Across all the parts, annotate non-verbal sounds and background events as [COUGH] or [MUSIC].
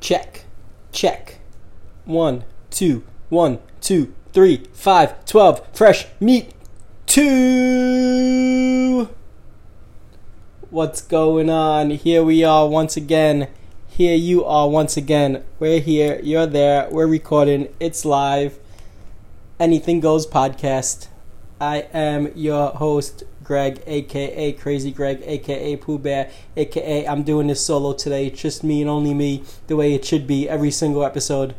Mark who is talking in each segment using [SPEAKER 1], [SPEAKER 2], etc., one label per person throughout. [SPEAKER 1] Check. Check. One, two, one, two, three, five, twelve. Fresh meat. Two. What's going on? Here we are once again. Here you are once again. We're here. You're there. We're recording. It's live. Anything Goes podcast. I am your host, Greg, aka Crazy Greg, aka Pooh Bear, aka I'm doing this solo today. It's just me and only me, the way it should be every single episode.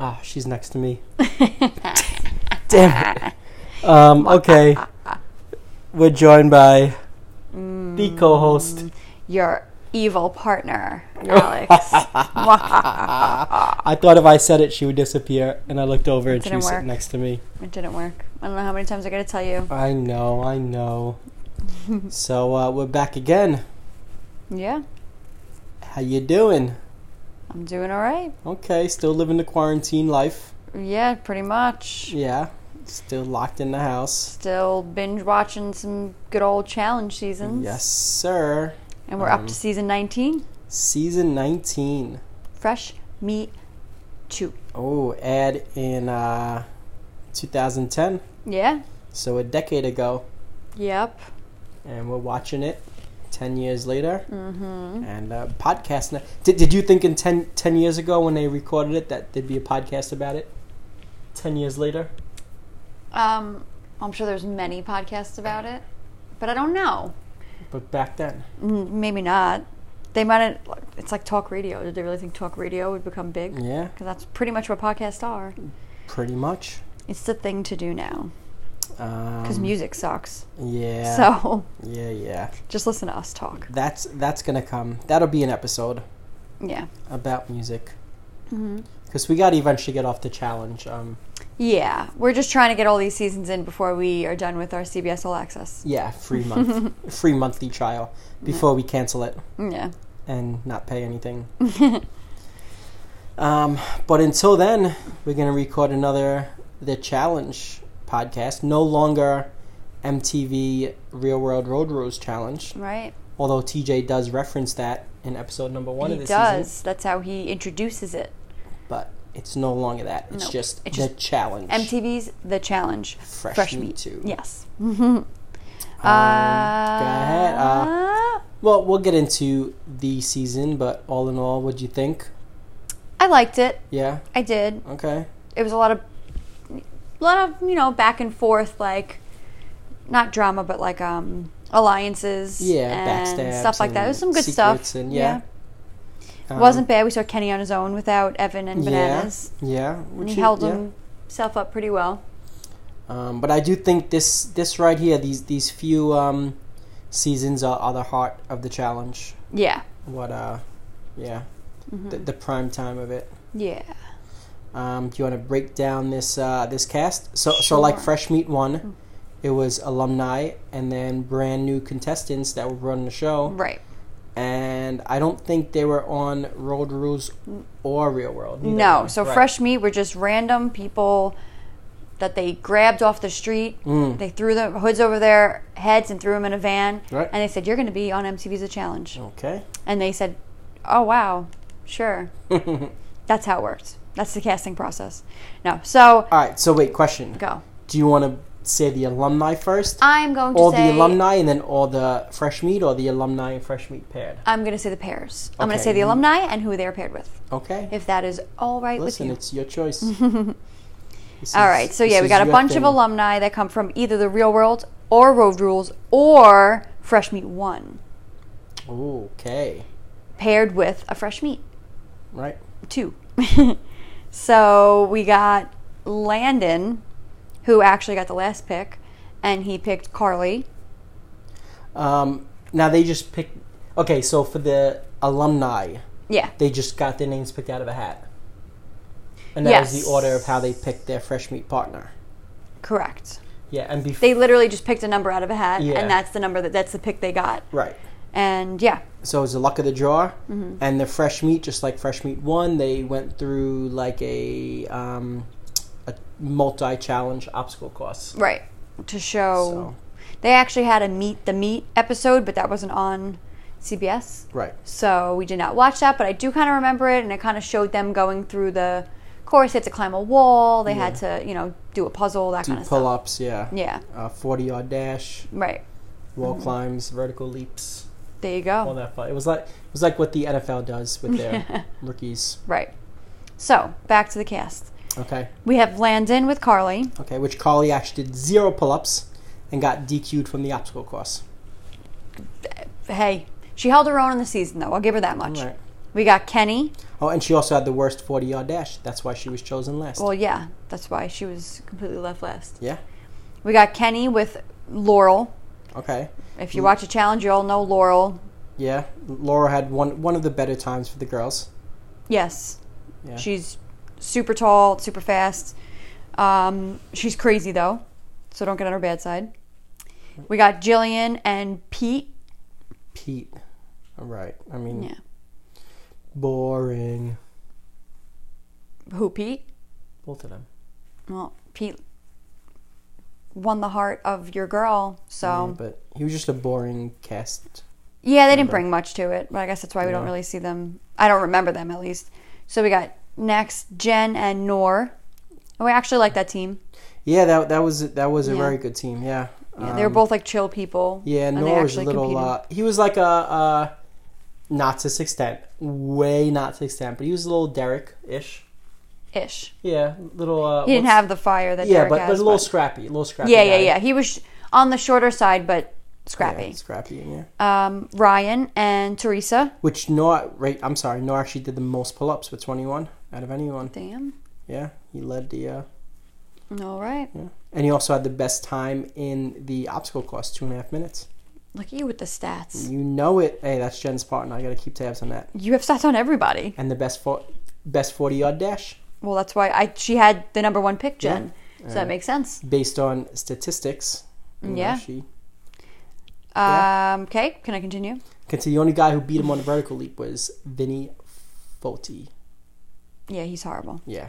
[SPEAKER 1] Ah, she's next to
[SPEAKER 2] [LAUGHS]
[SPEAKER 1] me. Damn it. Um, okay. We're joined by the
[SPEAKER 2] Mm.
[SPEAKER 1] co host.
[SPEAKER 2] Your
[SPEAKER 1] [LAUGHS]
[SPEAKER 2] evil partner, Alex.
[SPEAKER 1] I thought if I said it, she would disappear, and I looked over and she
[SPEAKER 2] Didn't
[SPEAKER 1] was
[SPEAKER 2] work.
[SPEAKER 1] sitting next to me.
[SPEAKER 2] it didn't work. I don't know how many times I gotta tell you.
[SPEAKER 1] I know, I know. so uh, we're back again.
[SPEAKER 2] Yeah,
[SPEAKER 1] How you doing?
[SPEAKER 2] I'm doing alright.
[SPEAKER 1] Okay, still living the quarantine life.
[SPEAKER 2] Yeah, pretty much.
[SPEAKER 1] Yeah, still locked in the house.
[SPEAKER 2] Still binge watching some good old challenge seasons.
[SPEAKER 1] Yes, Mm-hmm. sir.
[SPEAKER 2] And we're up to season 19.
[SPEAKER 1] Season 19.
[SPEAKER 2] Fresh Meat 2.
[SPEAKER 1] Oh, ad in uh, 2010,
[SPEAKER 2] Yeah?
[SPEAKER 1] so a decade ago,
[SPEAKER 2] Yep.
[SPEAKER 1] and we're watching it 10 years later. Mm-hmm. And uh, podcast. Now. Did, did you think in 10, 10 years ago when they recorded it that there'd be a podcast about it? 10 years later?
[SPEAKER 2] Um, I'm sure there's many podcasts about it, but I don't know.
[SPEAKER 1] But back then.
[SPEAKER 2] Mm, Maybe not. They might have, it's like talk radio. Did they really think talk radio would become big?
[SPEAKER 1] Yeah,
[SPEAKER 2] Because that's pretty much what podcasts are.
[SPEAKER 1] pretty much.
[SPEAKER 2] It's the thing to do now. Because
[SPEAKER 1] Um,
[SPEAKER 2] music sucks.
[SPEAKER 1] yeah.
[SPEAKER 2] So [LAUGHS]
[SPEAKER 1] Yeah, yeah.
[SPEAKER 2] just listen to us talk.
[SPEAKER 1] That's that's gonna come. That'll be an episode
[SPEAKER 2] Yeah.
[SPEAKER 1] about music. Because we gotta eventually get off the challenge. Um,
[SPEAKER 2] Yeah. We're just trying to get all these seasons in before we are done with our CBS All Access.
[SPEAKER 1] yeah, free
[SPEAKER 2] [LAUGHS]
[SPEAKER 1] month, free monthly trial before we cancel it
[SPEAKER 2] Yeah.
[SPEAKER 1] and not pay
[SPEAKER 2] [LAUGHS]
[SPEAKER 1] anything. um, but until then, we're gonna record another the challenge podcast. No longer MTV Real World Road Rules challenge.
[SPEAKER 2] Right?
[SPEAKER 1] although TJ does reference that in episode number one
[SPEAKER 2] he
[SPEAKER 1] of this
[SPEAKER 2] does.
[SPEAKER 1] season,
[SPEAKER 2] That's how he introduces it.
[SPEAKER 1] but it's no longer that. It's
[SPEAKER 2] Nope.
[SPEAKER 1] just
[SPEAKER 2] It's
[SPEAKER 1] the
[SPEAKER 2] just
[SPEAKER 1] challenge.
[SPEAKER 2] MTV's The Challenge.
[SPEAKER 1] Fresh Meat Two.
[SPEAKER 2] Yes. [LAUGHS]
[SPEAKER 1] Um, go ahead. Uh,
[SPEAKER 2] Uh,
[SPEAKER 1] well, we'll get into the season, but all in all, what'd you think?
[SPEAKER 2] I liked it.
[SPEAKER 1] Yeah.
[SPEAKER 2] I did.
[SPEAKER 1] Okay.
[SPEAKER 2] it was a lot of a lot of you know back and forth like not drama but like um alliances
[SPEAKER 1] Yeah.
[SPEAKER 2] and
[SPEAKER 1] backstabs.
[SPEAKER 2] stuff like that
[SPEAKER 1] and
[SPEAKER 2] it was some good
[SPEAKER 1] secrets
[SPEAKER 2] stuff
[SPEAKER 1] And yeah. uh-huh.
[SPEAKER 2] it wasn't bad we saw kenny on his own without evan and bananas
[SPEAKER 1] Yeah. Yeah.
[SPEAKER 2] and
[SPEAKER 1] which
[SPEAKER 2] he
[SPEAKER 1] is-
[SPEAKER 2] held
[SPEAKER 1] yeah.
[SPEAKER 2] himself up pretty well
[SPEAKER 1] Um, but I do think this this right here, these these few um, seasons are, are the heart of the challenge.
[SPEAKER 2] yeah
[SPEAKER 1] What uh, yeah,
[SPEAKER 2] Mm-hmm.
[SPEAKER 1] the, the prime time of it.
[SPEAKER 2] yeah
[SPEAKER 1] Um, do you want to break down this uh, this cast? So so like
[SPEAKER 2] Sure. Mm.
[SPEAKER 1] Fresh Meat one, it was alumni and then brand new contestants that were running the show.
[SPEAKER 2] right
[SPEAKER 1] And I don't think they were on Road Rules or Real World. neither
[SPEAKER 2] Mm. no
[SPEAKER 1] one.
[SPEAKER 2] so
[SPEAKER 1] Right.
[SPEAKER 2] fresh meat were just random people that they grabbed off the street
[SPEAKER 1] Mm.
[SPEAKER 2] they threw the hoods over their heads and threw them in a van
[SPEAKER 1] Right.
[SPEAKER 2] and they said you're going to be on mtv's a challenge
[SPEAKER 1] Okay. [LAUGHS]
[SPEAKER 2] And they said, "Oh wow, sure." That's how it works. That's the casting process. No, so
[SPEAKER 1] All right. So wait, question.
[SPEAKER 2] go.
[SPEAKER 1] Do you want to say the alumni first,
[SPEAKER 2] I'm going to
[SPEAKER 1] all
[SPEAKER 2] say
[SPEAKER 1] the alumni, and then all the Fresh Meat, or the alumni and Fresh Meat paired?
[SPEAKER 2] I'm going to say the pairs. I'm going
[SPEAKER 1] Okay.
[SPEAKER 2] to say the alumni and who they're paired with.
[SPEAKER 1] Okay.
[SPEAKER 2] If that is all right
[SPEAKER 1] Listen,
[SPEAKER 2] with you.
[SPEAKER 1] it's your
[SPEAKER 2] [LAUGHS]
[SPEAKER 1] choice.
[SPEAKER 2] All right. So yeah, we got a bunch of
[SPEAKER 1] alumni.
[SPEAKER 2] alumni that come from either the Real World or Road Rules or Fresh Meat One,
[SPEAKER 1] Okay.
[SPEAKER 2] paired with a Fresh Meat
[SPEAKER 1] Right.
[SPEAKER 2] Two. [LAUGHS] so we got Landon, who actually got the last pick, and he picked Carly.
[SPEAKER 1] Um, now they just pick. Okay, so for the alumni,
[SPEAKER 2] Yeah.
[SPEAKER 1] they just got their names picked out of a hat, and that was
[SPEAKER 2] Yes.
[SPEAKER 1] the order of how they picked their fresh meat partner.
[SPEAKER 2] Correct.
[SPEAKER 1] Yeah, and before
[SPEAKER 2] They literally just picked a number out of a hat,
[SPEAKER 1] Yeah.
[SPEAKER 2] and that's the number that that's the pick they got.
[SPEAKER 1] right.
[SPEAKER 2] And yeah,
[SPEAKER 1] So it was the luck of the draw,
[SPEAKER 2] Mm-hmm.
[SPEAKER 1] and the fresh meat, just like fresh meat one, they went through like a um, a multi-challenge obstacle course.
[SPEAKER 2] right. To show
[SPEAKER 1] So
[SPEAKER 2] they actually had a meet the meet episode, but that wasn't on CBS.
[SPEAKER 1] Right.
[SPEAKER 2] So we did not watch that, but I do kind of remember it, and it kind of showed them going through the course. They had to climb a wall. They had to, you know, do a puzzle, that
[SPEAKER 1] Do
[SPEAKER 2] kind of
[SPEAKER 1] pull
[SPEAKER 2] stuff.
[SPEAKER 1] ups, yeah.
[SPEAKER 2] Yeah,
[SPEAKER 1] Uh, 40 yard dash,
[SPEAKER 2] right.
[SPEAKER 1] wall climbs, vertical leaps,
[SPEAKER 2] There you
[SPEAKER 1] all
[SPEAKER 2] go.
[SPEAKER 1] that fun. It was like it was like what the NFL does with [LAUGHS] their rookies.
[SPEAKER 2] Right. So back to the cast.
[SPEAKER 1] Okay,
[SPEAKER 2] We have Landon with Carly.
[SPEAKER 1] okay. Which Carly actually did zero pull ups and got DQ'd from the obstacle course.
[SPEAKER 2] Hey, she held her own in the season, though. I'll give her that much.
[SPEAKER 1] Right.
[SPEAKER 2] We got Kenny.
[SPEAKER 1] Oh, and she also had the worst 40 yard dash. That's why she was chosen last.
[SPEAKER 2] Well, yeah, that's why she was completely left last.
[SPEAKER 1] yeah.
[SPEAKER 2] We got Kenny with Laurel.
[SPEAKER 1] Okay.
[SPEAKER 2] If you watch a challenge, you'll know Laurel.
[SPEAKER 1] Yeah. Laura had one one of the better times for the girls.
[SPEAKER 2] Yes,
[SPEAKER 1] Yeah.
[SPEAKER 2] she's super tall, super fast. Um, she's crazy though, so don't get on her bad side. We got Jillian and Pete.
[SPEAKER 1] Pete. All right. I mean,
[SPEAKER 2] Yeah,
[SPEAKER 1] boring.
[SPEAKER 2] who Pete?
[SPEAKER 1] Both of them.
[SPEAKER 2] Well, Pete won the heart of your girl, so
[SPEAKER 1] Yeah, but he was just a boring cast.
[SPEAKER 2] Yeah, they didn't bring much to it, but I guess that's why we don't
[SPEAKER 1] Yeah.
[SPEAKER 2] really see them. I don't remember them at least. So we got next Jen and Nor. Oh, I actually like that team.
[SPEAKER 1] Yeah, that that was that was a
[SPEAKER 2] Yeah.
[SPEAKER 1] very good team. Yeah.
[SPEAKER 2] Yeah, they were both like chill people.
[SPEAKER 1] Um, Yeah,
[SPEAKER 2] and they
[SPEAKER 1] Nor was a
[SPEAKER 2] actually
[SPEAKER 1] little.
[SPEAKER 2] competed.
[SPEAKER 1] Uh, he was like a, a not to his extent, way not to his extent, but he was a little Derek-ish.
[SPEAKER 2] ish.
[SPEAKER 1] Yeah, little. Uh,
[SPEAKER 2] He didn't
[SPEAKER 1] what's-
[SPEAKER 2] have the fire that
[SPEAKER 1] Yeah,
[SPEAKER 2] Derek
[SPEAKER 1] but,
[SPEAKER 2] has.
[SPEAKER 1] but a little scrappy, a little scrappy.
[SPEAKER 2] yeah, yeah,
[SPEAKER 1] guy.
[SPEAKER 2] yeah. He was sh- on the shorter side, but
[SPEAKER 1] Yeah,
[SPEAKER 2] scrappy.
[SPEAKER 1] scrappy. Yeah.
[SPEAKER 2] Um, Ryan and Teresa.
[SPEAKER 1] Which Noah, right? I'm sorry, Noah actually did the most pull-ups with 21 out of anyone.
[SPEAKER 2] Damn.
[SPEAKER 1] Yeah, he led the. Uh,
[SPEAKER 2] All right.
[SPEAKER 1] yeah. And he also had the best time in the obstacle course, two and a half minutes.
[SPEAKER 2] Look at you with the stats.
[SPEAKER 1] You know it. Hey, that's Jen's partner. I got to keep tabs on that.
[SPEAKER 2] You have stats on everybody.
[SPEAKER 1] And the best for, best 40 yard dash,
[SPEAKER 2] Well, that's why I she had the number one pick, Jen. So that
[SPEAKER 1] Alright.
[SPEAKER 2] makes sense.
[SPEAKER 1] based on statistics. you know,
[SPEAKER 2] Yeah.
[SPEAKER 1] she Yeah.
[SPEAKER 2] Um, okay, can I continue?
[SPEAKER 1] continue. The only guy who beat him on the vertical leap was Vinny Foti.
[SPEAKER 2] Yeah, he's horrible.
[SPEAKER 1] Yeah.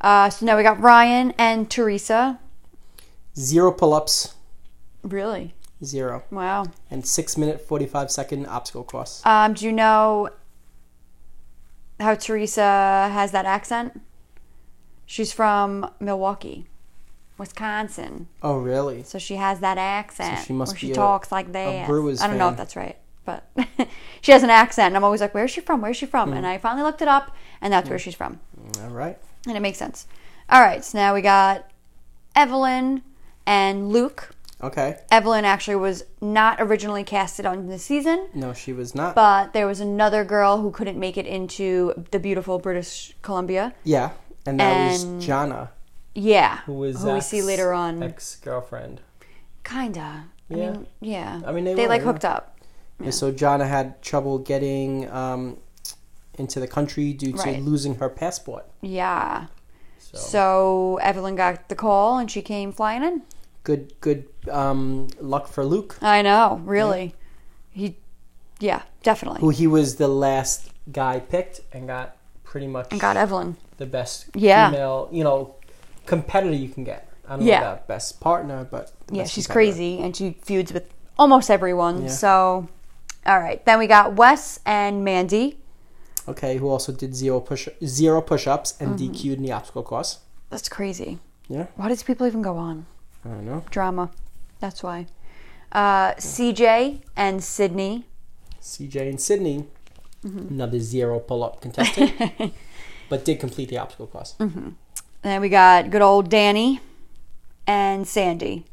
[SPEAKER 2] Uh, so now we got Ryan and Teresa.
[SPEAKER 1] Zero pull ups,
[SPEAKER 2] Really?
[SPEAKER 1] zero.
[SPEAKER 2] Wow.
[SPEAKER 1] And six minute, 45 second obstacle course.
[SPEAKER 2] Um, do you know how Teresa has that accent? She's from Milwaukee, Wisconsin,
[SPEAKER 1] Oh, really?
[SPEAKER 2] so she has that accent.
[SPEAKER 1] she must
[SPEAKER 2] where she
[SPEAKER 1] be a-
[SPEAKER 2] talks like that.
[SPEAKER 1] Brewers
[SPEAKER 2] I don't know
[SPEAKER 1] fan.
[SPEAKER 2] if that's right, but [LAUGHS] she has an accent. And I'm always like, "Where's she from? Where's she from?"
[SPEAKER 1] Mm.
[SPEAKER 2] And I finally looked it up, and that's where she's from.
[SPEAKER 1] All right.
[SPEAKER 2] and it makes sense. All right, so now we got Evelyn and Luke.
[SPEAKER 1] Okay.
[SPEAKER 2] Evelyn actually was not originally casted on the season,
[SPEAKER 1] No, she was not.
[SPEAKER 2] but there was another girl who couldn't make it into the beautiful British Columbia.
[SPEAKER 1] yeah. And that
[SPEAKER 2] And-
[SPEAKER 1] was Jana,
[SPEAKER 2] Yeah,
[SPEAKER 1] who was
[SPEAKER 2] who we see
[SPEAKER 1] Zach's
[SPEAKER 2] later on.
[SPEAKER 1] ex-girlfriend.
[SPEAKER 2] Kinda. I
[SPEAKER 1] Yeah.
[SPEAKER 2] mean, yeah.
[SPEAKER 1] I mean, they were,
[SPEAKER 2] like
[SPEAKER 1] yeah.
[SPEAKER 2] hooked up.
[SPEAKER 1] And So Jana had trouble getting um, into the country due to
[SPEAKER 2] Right.
[SPEAKER 1] losing her passport.
[SPEAKER 2] Yeah.
[SPEAKER 1] So,
[SPEAKER 2] So Evelyn got the call and she came flying in.
[SPEAKER 1] good, good um, luck for Luke,
[SPEAKER 2] I know, really. He, yeah, definitely.
[SPEAKER 1] who he was the last guy picked and got pretty much
[SPEAKER 2] and got Evelyn.
[SPEAKER 1] the best
[SPEAKER 2] Yeah.
[SPEAKER 1] female, you know, competitor you can get. I don't
[SPEAKER 2] Yeah.
[SPEAKER 1] know about best partner, but the
[SPEAKER 2] Yeah,
[SPEAKER 1] best
[SPEAKER 2] she's
[SPEAKER 1] competitor.
[SPEAKER 2] crazy and she feuds with almost everyone.
[SPEAKER 1] Yeah.
[SPEAKER 2] So, all right. Then we got Wes and Mandy.
[SPEAKER 1] Okay, who also did zero push zero push ups and
[SPEAKER 2] Mm-hmm.
[SPEAKER 1] DQ'd in the obstacle course.
[SPEAKER 2] That's crazy.
[SPEAKER 1] Yeah,
[SPEAKER 2] Why does people even go on?
[SPEAKER 1] I don't know.
[SPEAKER 2] Drama. That's why. Uh, CJ and Sydney.
[SPEAKER 1] CJ and Sydney,
[SPEAKER 2] Mm-hmm.
[SPEAKER 1] another zero pull
[SPEAKER 2] [LAUGHS]
[SPEAKER 1] up contestant, but did complete the obstacle course.
[SPEAKER 2] Mm. Then we got good old Danny and Sandy.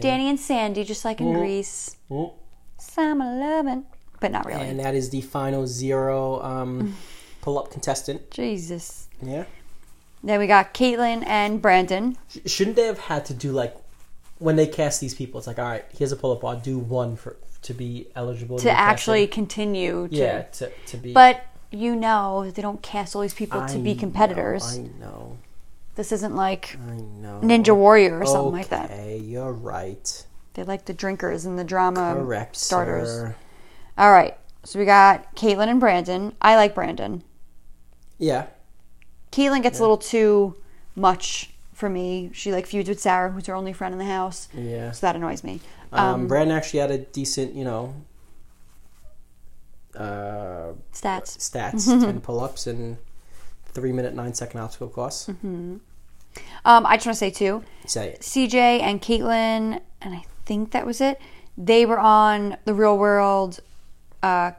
[SPEAKER 2] Danny and Sandy, just like in Greece.
[SPEAKER 1] Mm.
[SPEAKER 2] Summer loving. But not really.
[SPEAKER 1] And that is the final zero
[SPEAKER 2] Mm.
[SPEAKER 1] um, pull up contestant.
[SPEAKER 2] Jesus.
[SPEAKER 1] Yeah.
[SPEAKER 2] Then we got Caitlin and Brandon.
[SPEAKER 1] Sh- Shouldn't they have had to do like when they cast these people? It's like, all right, here's a pull up. I'll do one for to be eligible
[SPEAKER 2] To
[SPEAKER 1] be casted.
[SPEAKER 2] actually continue to
[SPEAKER 1] yeah to, to be.
[SPEAKER 2] But you know that they don't cast all these people
[SPEAKER 1] I
[SPEAKER 2] to be
[SPEAKER 1] know,
[SPEAKER 2] competitors.
[SPEAKER 1] I know.
[SPEAKER 2] This isn't like
[SPEAKER 1] I know.
[SPEAKER 2] Ninja Warrior or something like that.
[SPEAKER 1] Okay, you're right.
[SPEAKER 2] They like the drinkers and the drama
[SPEAKER 1] Correct.
[SPEAKER 2] Um, starters.
[SPEAKER 1] sir.
[SPEAKER 2] All right. So we got Caitlin and Brandon. I like Brandon.
[SPEAKER 1] Yeah.
[SPEAKER 2] Caitlin gets a little too much for me. She like feuds with Sarah, who's her only friend in the house.
[SPEAKER 1] Yeah.
[SPEAKER 2] So that annoys me. Um,
[SPEAKER 1] Um, Brandon actually had a decent, you know, uh,
[SPEAKER 2] Stats.
[SPEAKER 1] stats,
[SPEAKER 2] Mm-hmm.
[SPEAKER 1] ten pull-ups, and three-minute, nine-second obstacle course.
[SPEAKER 2] Mm-hmm. Um, I just want to say too,
[SPEAKER 1] Say it.
[SPEAKER 2] CJ and Caitlin, and I think that was it. They were on the Real World uh,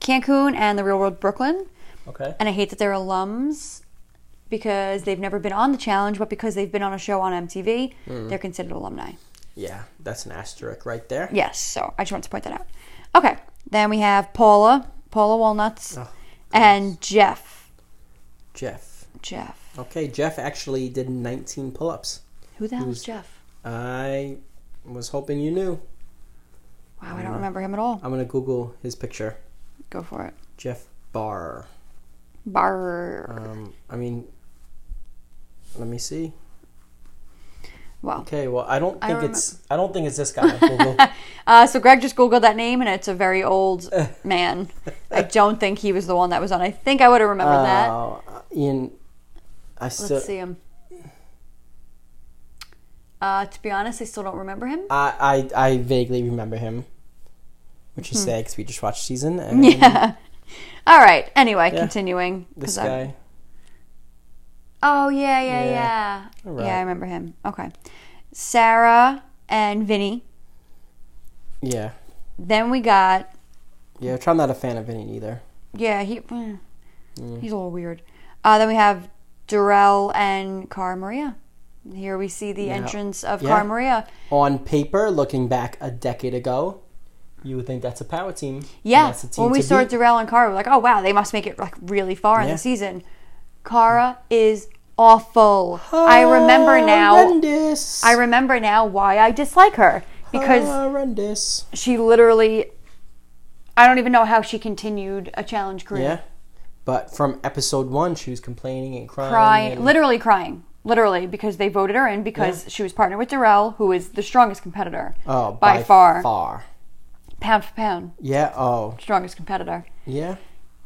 [SPEAKER 2] Cancun and the Real World Brooklyn,
[SPEAKER 1] Okay.
[SPEAKER 2] and I hate that they're alums because they've never been on the challenge, but because they've been on a show on MTV, they're considered alumni.
[SPEAKER 1] Yeah, that's an asterisk right there.
[SPEAKER 2] Yes, so I just wanted to point that out. Okay, then we have Paula, Paula Walnuts,
[SPEAKER 1] Oh,
[SPEAKER 2] and Jeff.
[SPEAKER 1] Jeff.
[SPEAKER 2] Jeff.
[SPEAKER 1] Okay, Jeff actually did 19 pull-ups.
[SPEAKER 2] Who the hell is Jeff?
[SPEAKER 1] I was hoping you knew.
[SPEAKER 2] Wow, I don't remember him at all.
[SPEAKER 1] I'm gonna Google his picture.
[SPEAKER 2] Go for it.
[SPEAKER 1] Jeff Barr.
[SPEAKER 2] Bar.
[SPEAKER 1] Um, I mean, let me see.
[SPEAKER 2] Wow.
[SPEAKER 1] Okay, well, I don't
[SPEAKER 2] I
[SPEAKER 1] think
[SPEAKER 2] remem-
[SPEAKER 1] it's I don't think it's this
[SPEAKER 2] [LAUGHS]
[SPEAKER 1] guy. Google.
[SPEAKER 2] Uh, so Greg just googled that name, and it's a very [LAUGHS] old man. I don't think he was the one that was on. I think I would have remembered that.
[SPEAKER 1] Uh, Ian, I still
[SPEAKER 2] Let's see him. Uh, to be honest, I still don't remember him. [LAUGHS]
[SPEAKER 1] I, I I vaguely remember him, which is sad because we just watched
[SPEAKER 2] [LAUGHS]
[SPEAKER 1] season and
[SPEAKER 2] Hmm. Yeah. All right. Anyway,
[SPEAKER 1] Yeah.
[SPEAKER 2] continuing. 'cause
[SPEAKER 1] this
[SPEAKER 2] I'm-
[SPEAKER 1] guy.
[SPEAKER 2] Oh yeah, yeah,
[SPEAKER 1] Yeah.
[SPEAKER 2] yeah. Yeah,
[SPEAKER 1] Alright.
[SPEAKER 2] I remember him. Okay. Sarah and Vinny.
[SPEAKER 1] Yeah,
[SPEAKER 2] Then we got
[SPEAKER 1] yeah. Which I'm not a fan of any either.
[SPEAKER 2] yeah, he eh,
[SPEAKER 1] Mm.
[SPEAKER 2] he's a little weird. Uh, then we have Durrell and Cara Maria. Here we see the entrance of
[SPEAKER 1] Yeah.
[SPEAKER 2] Cara Maria.
[SPEAKER 1] On paper, looking back a decade ago, you would think that's a power team. and
[SPEAKER 2] Yeah,
[SPEAKER 1] that's a team
[SPEAKER 2] when we
[SPEAKER 1] to
[SPEAKER 2] saw
[SPEAKER 1] beat.
[SPEAKER 2] Durrell and Cara, we're like, oh wow, they must make it like really far in
[SPEAKER 1] Yeah.
[SPEAKER 2] the season. Cara is awful. I remember now.
[SPEAKER 1] Horrendous.
[SPEAKER 2] I remember now why I dislike her because
[SPEAKER 1] horrendous.
[SPEAKER 2] she literally I don't even know how she continued a challenge career.
[SPEAKER 1] Yeah, but from episode one, she was complaining and crying.
[SPEAKER 2] Crying,
[SPEAKER 1] and-
[SPEAKER 2] literally crying. Literally because they voted her in because she was partnered with Darrell, who is the strongest competitor
[SPEAKER 1] oh,
[SPEAKER 2] by, far.
[SPEAKER 1] far.
[SPEAKER 2] Pound for pound,
[SPEAKER 1] Yeah. Oh,
[SPEAKER 2] strongest competitor.
[SPEAKER 1] yeah.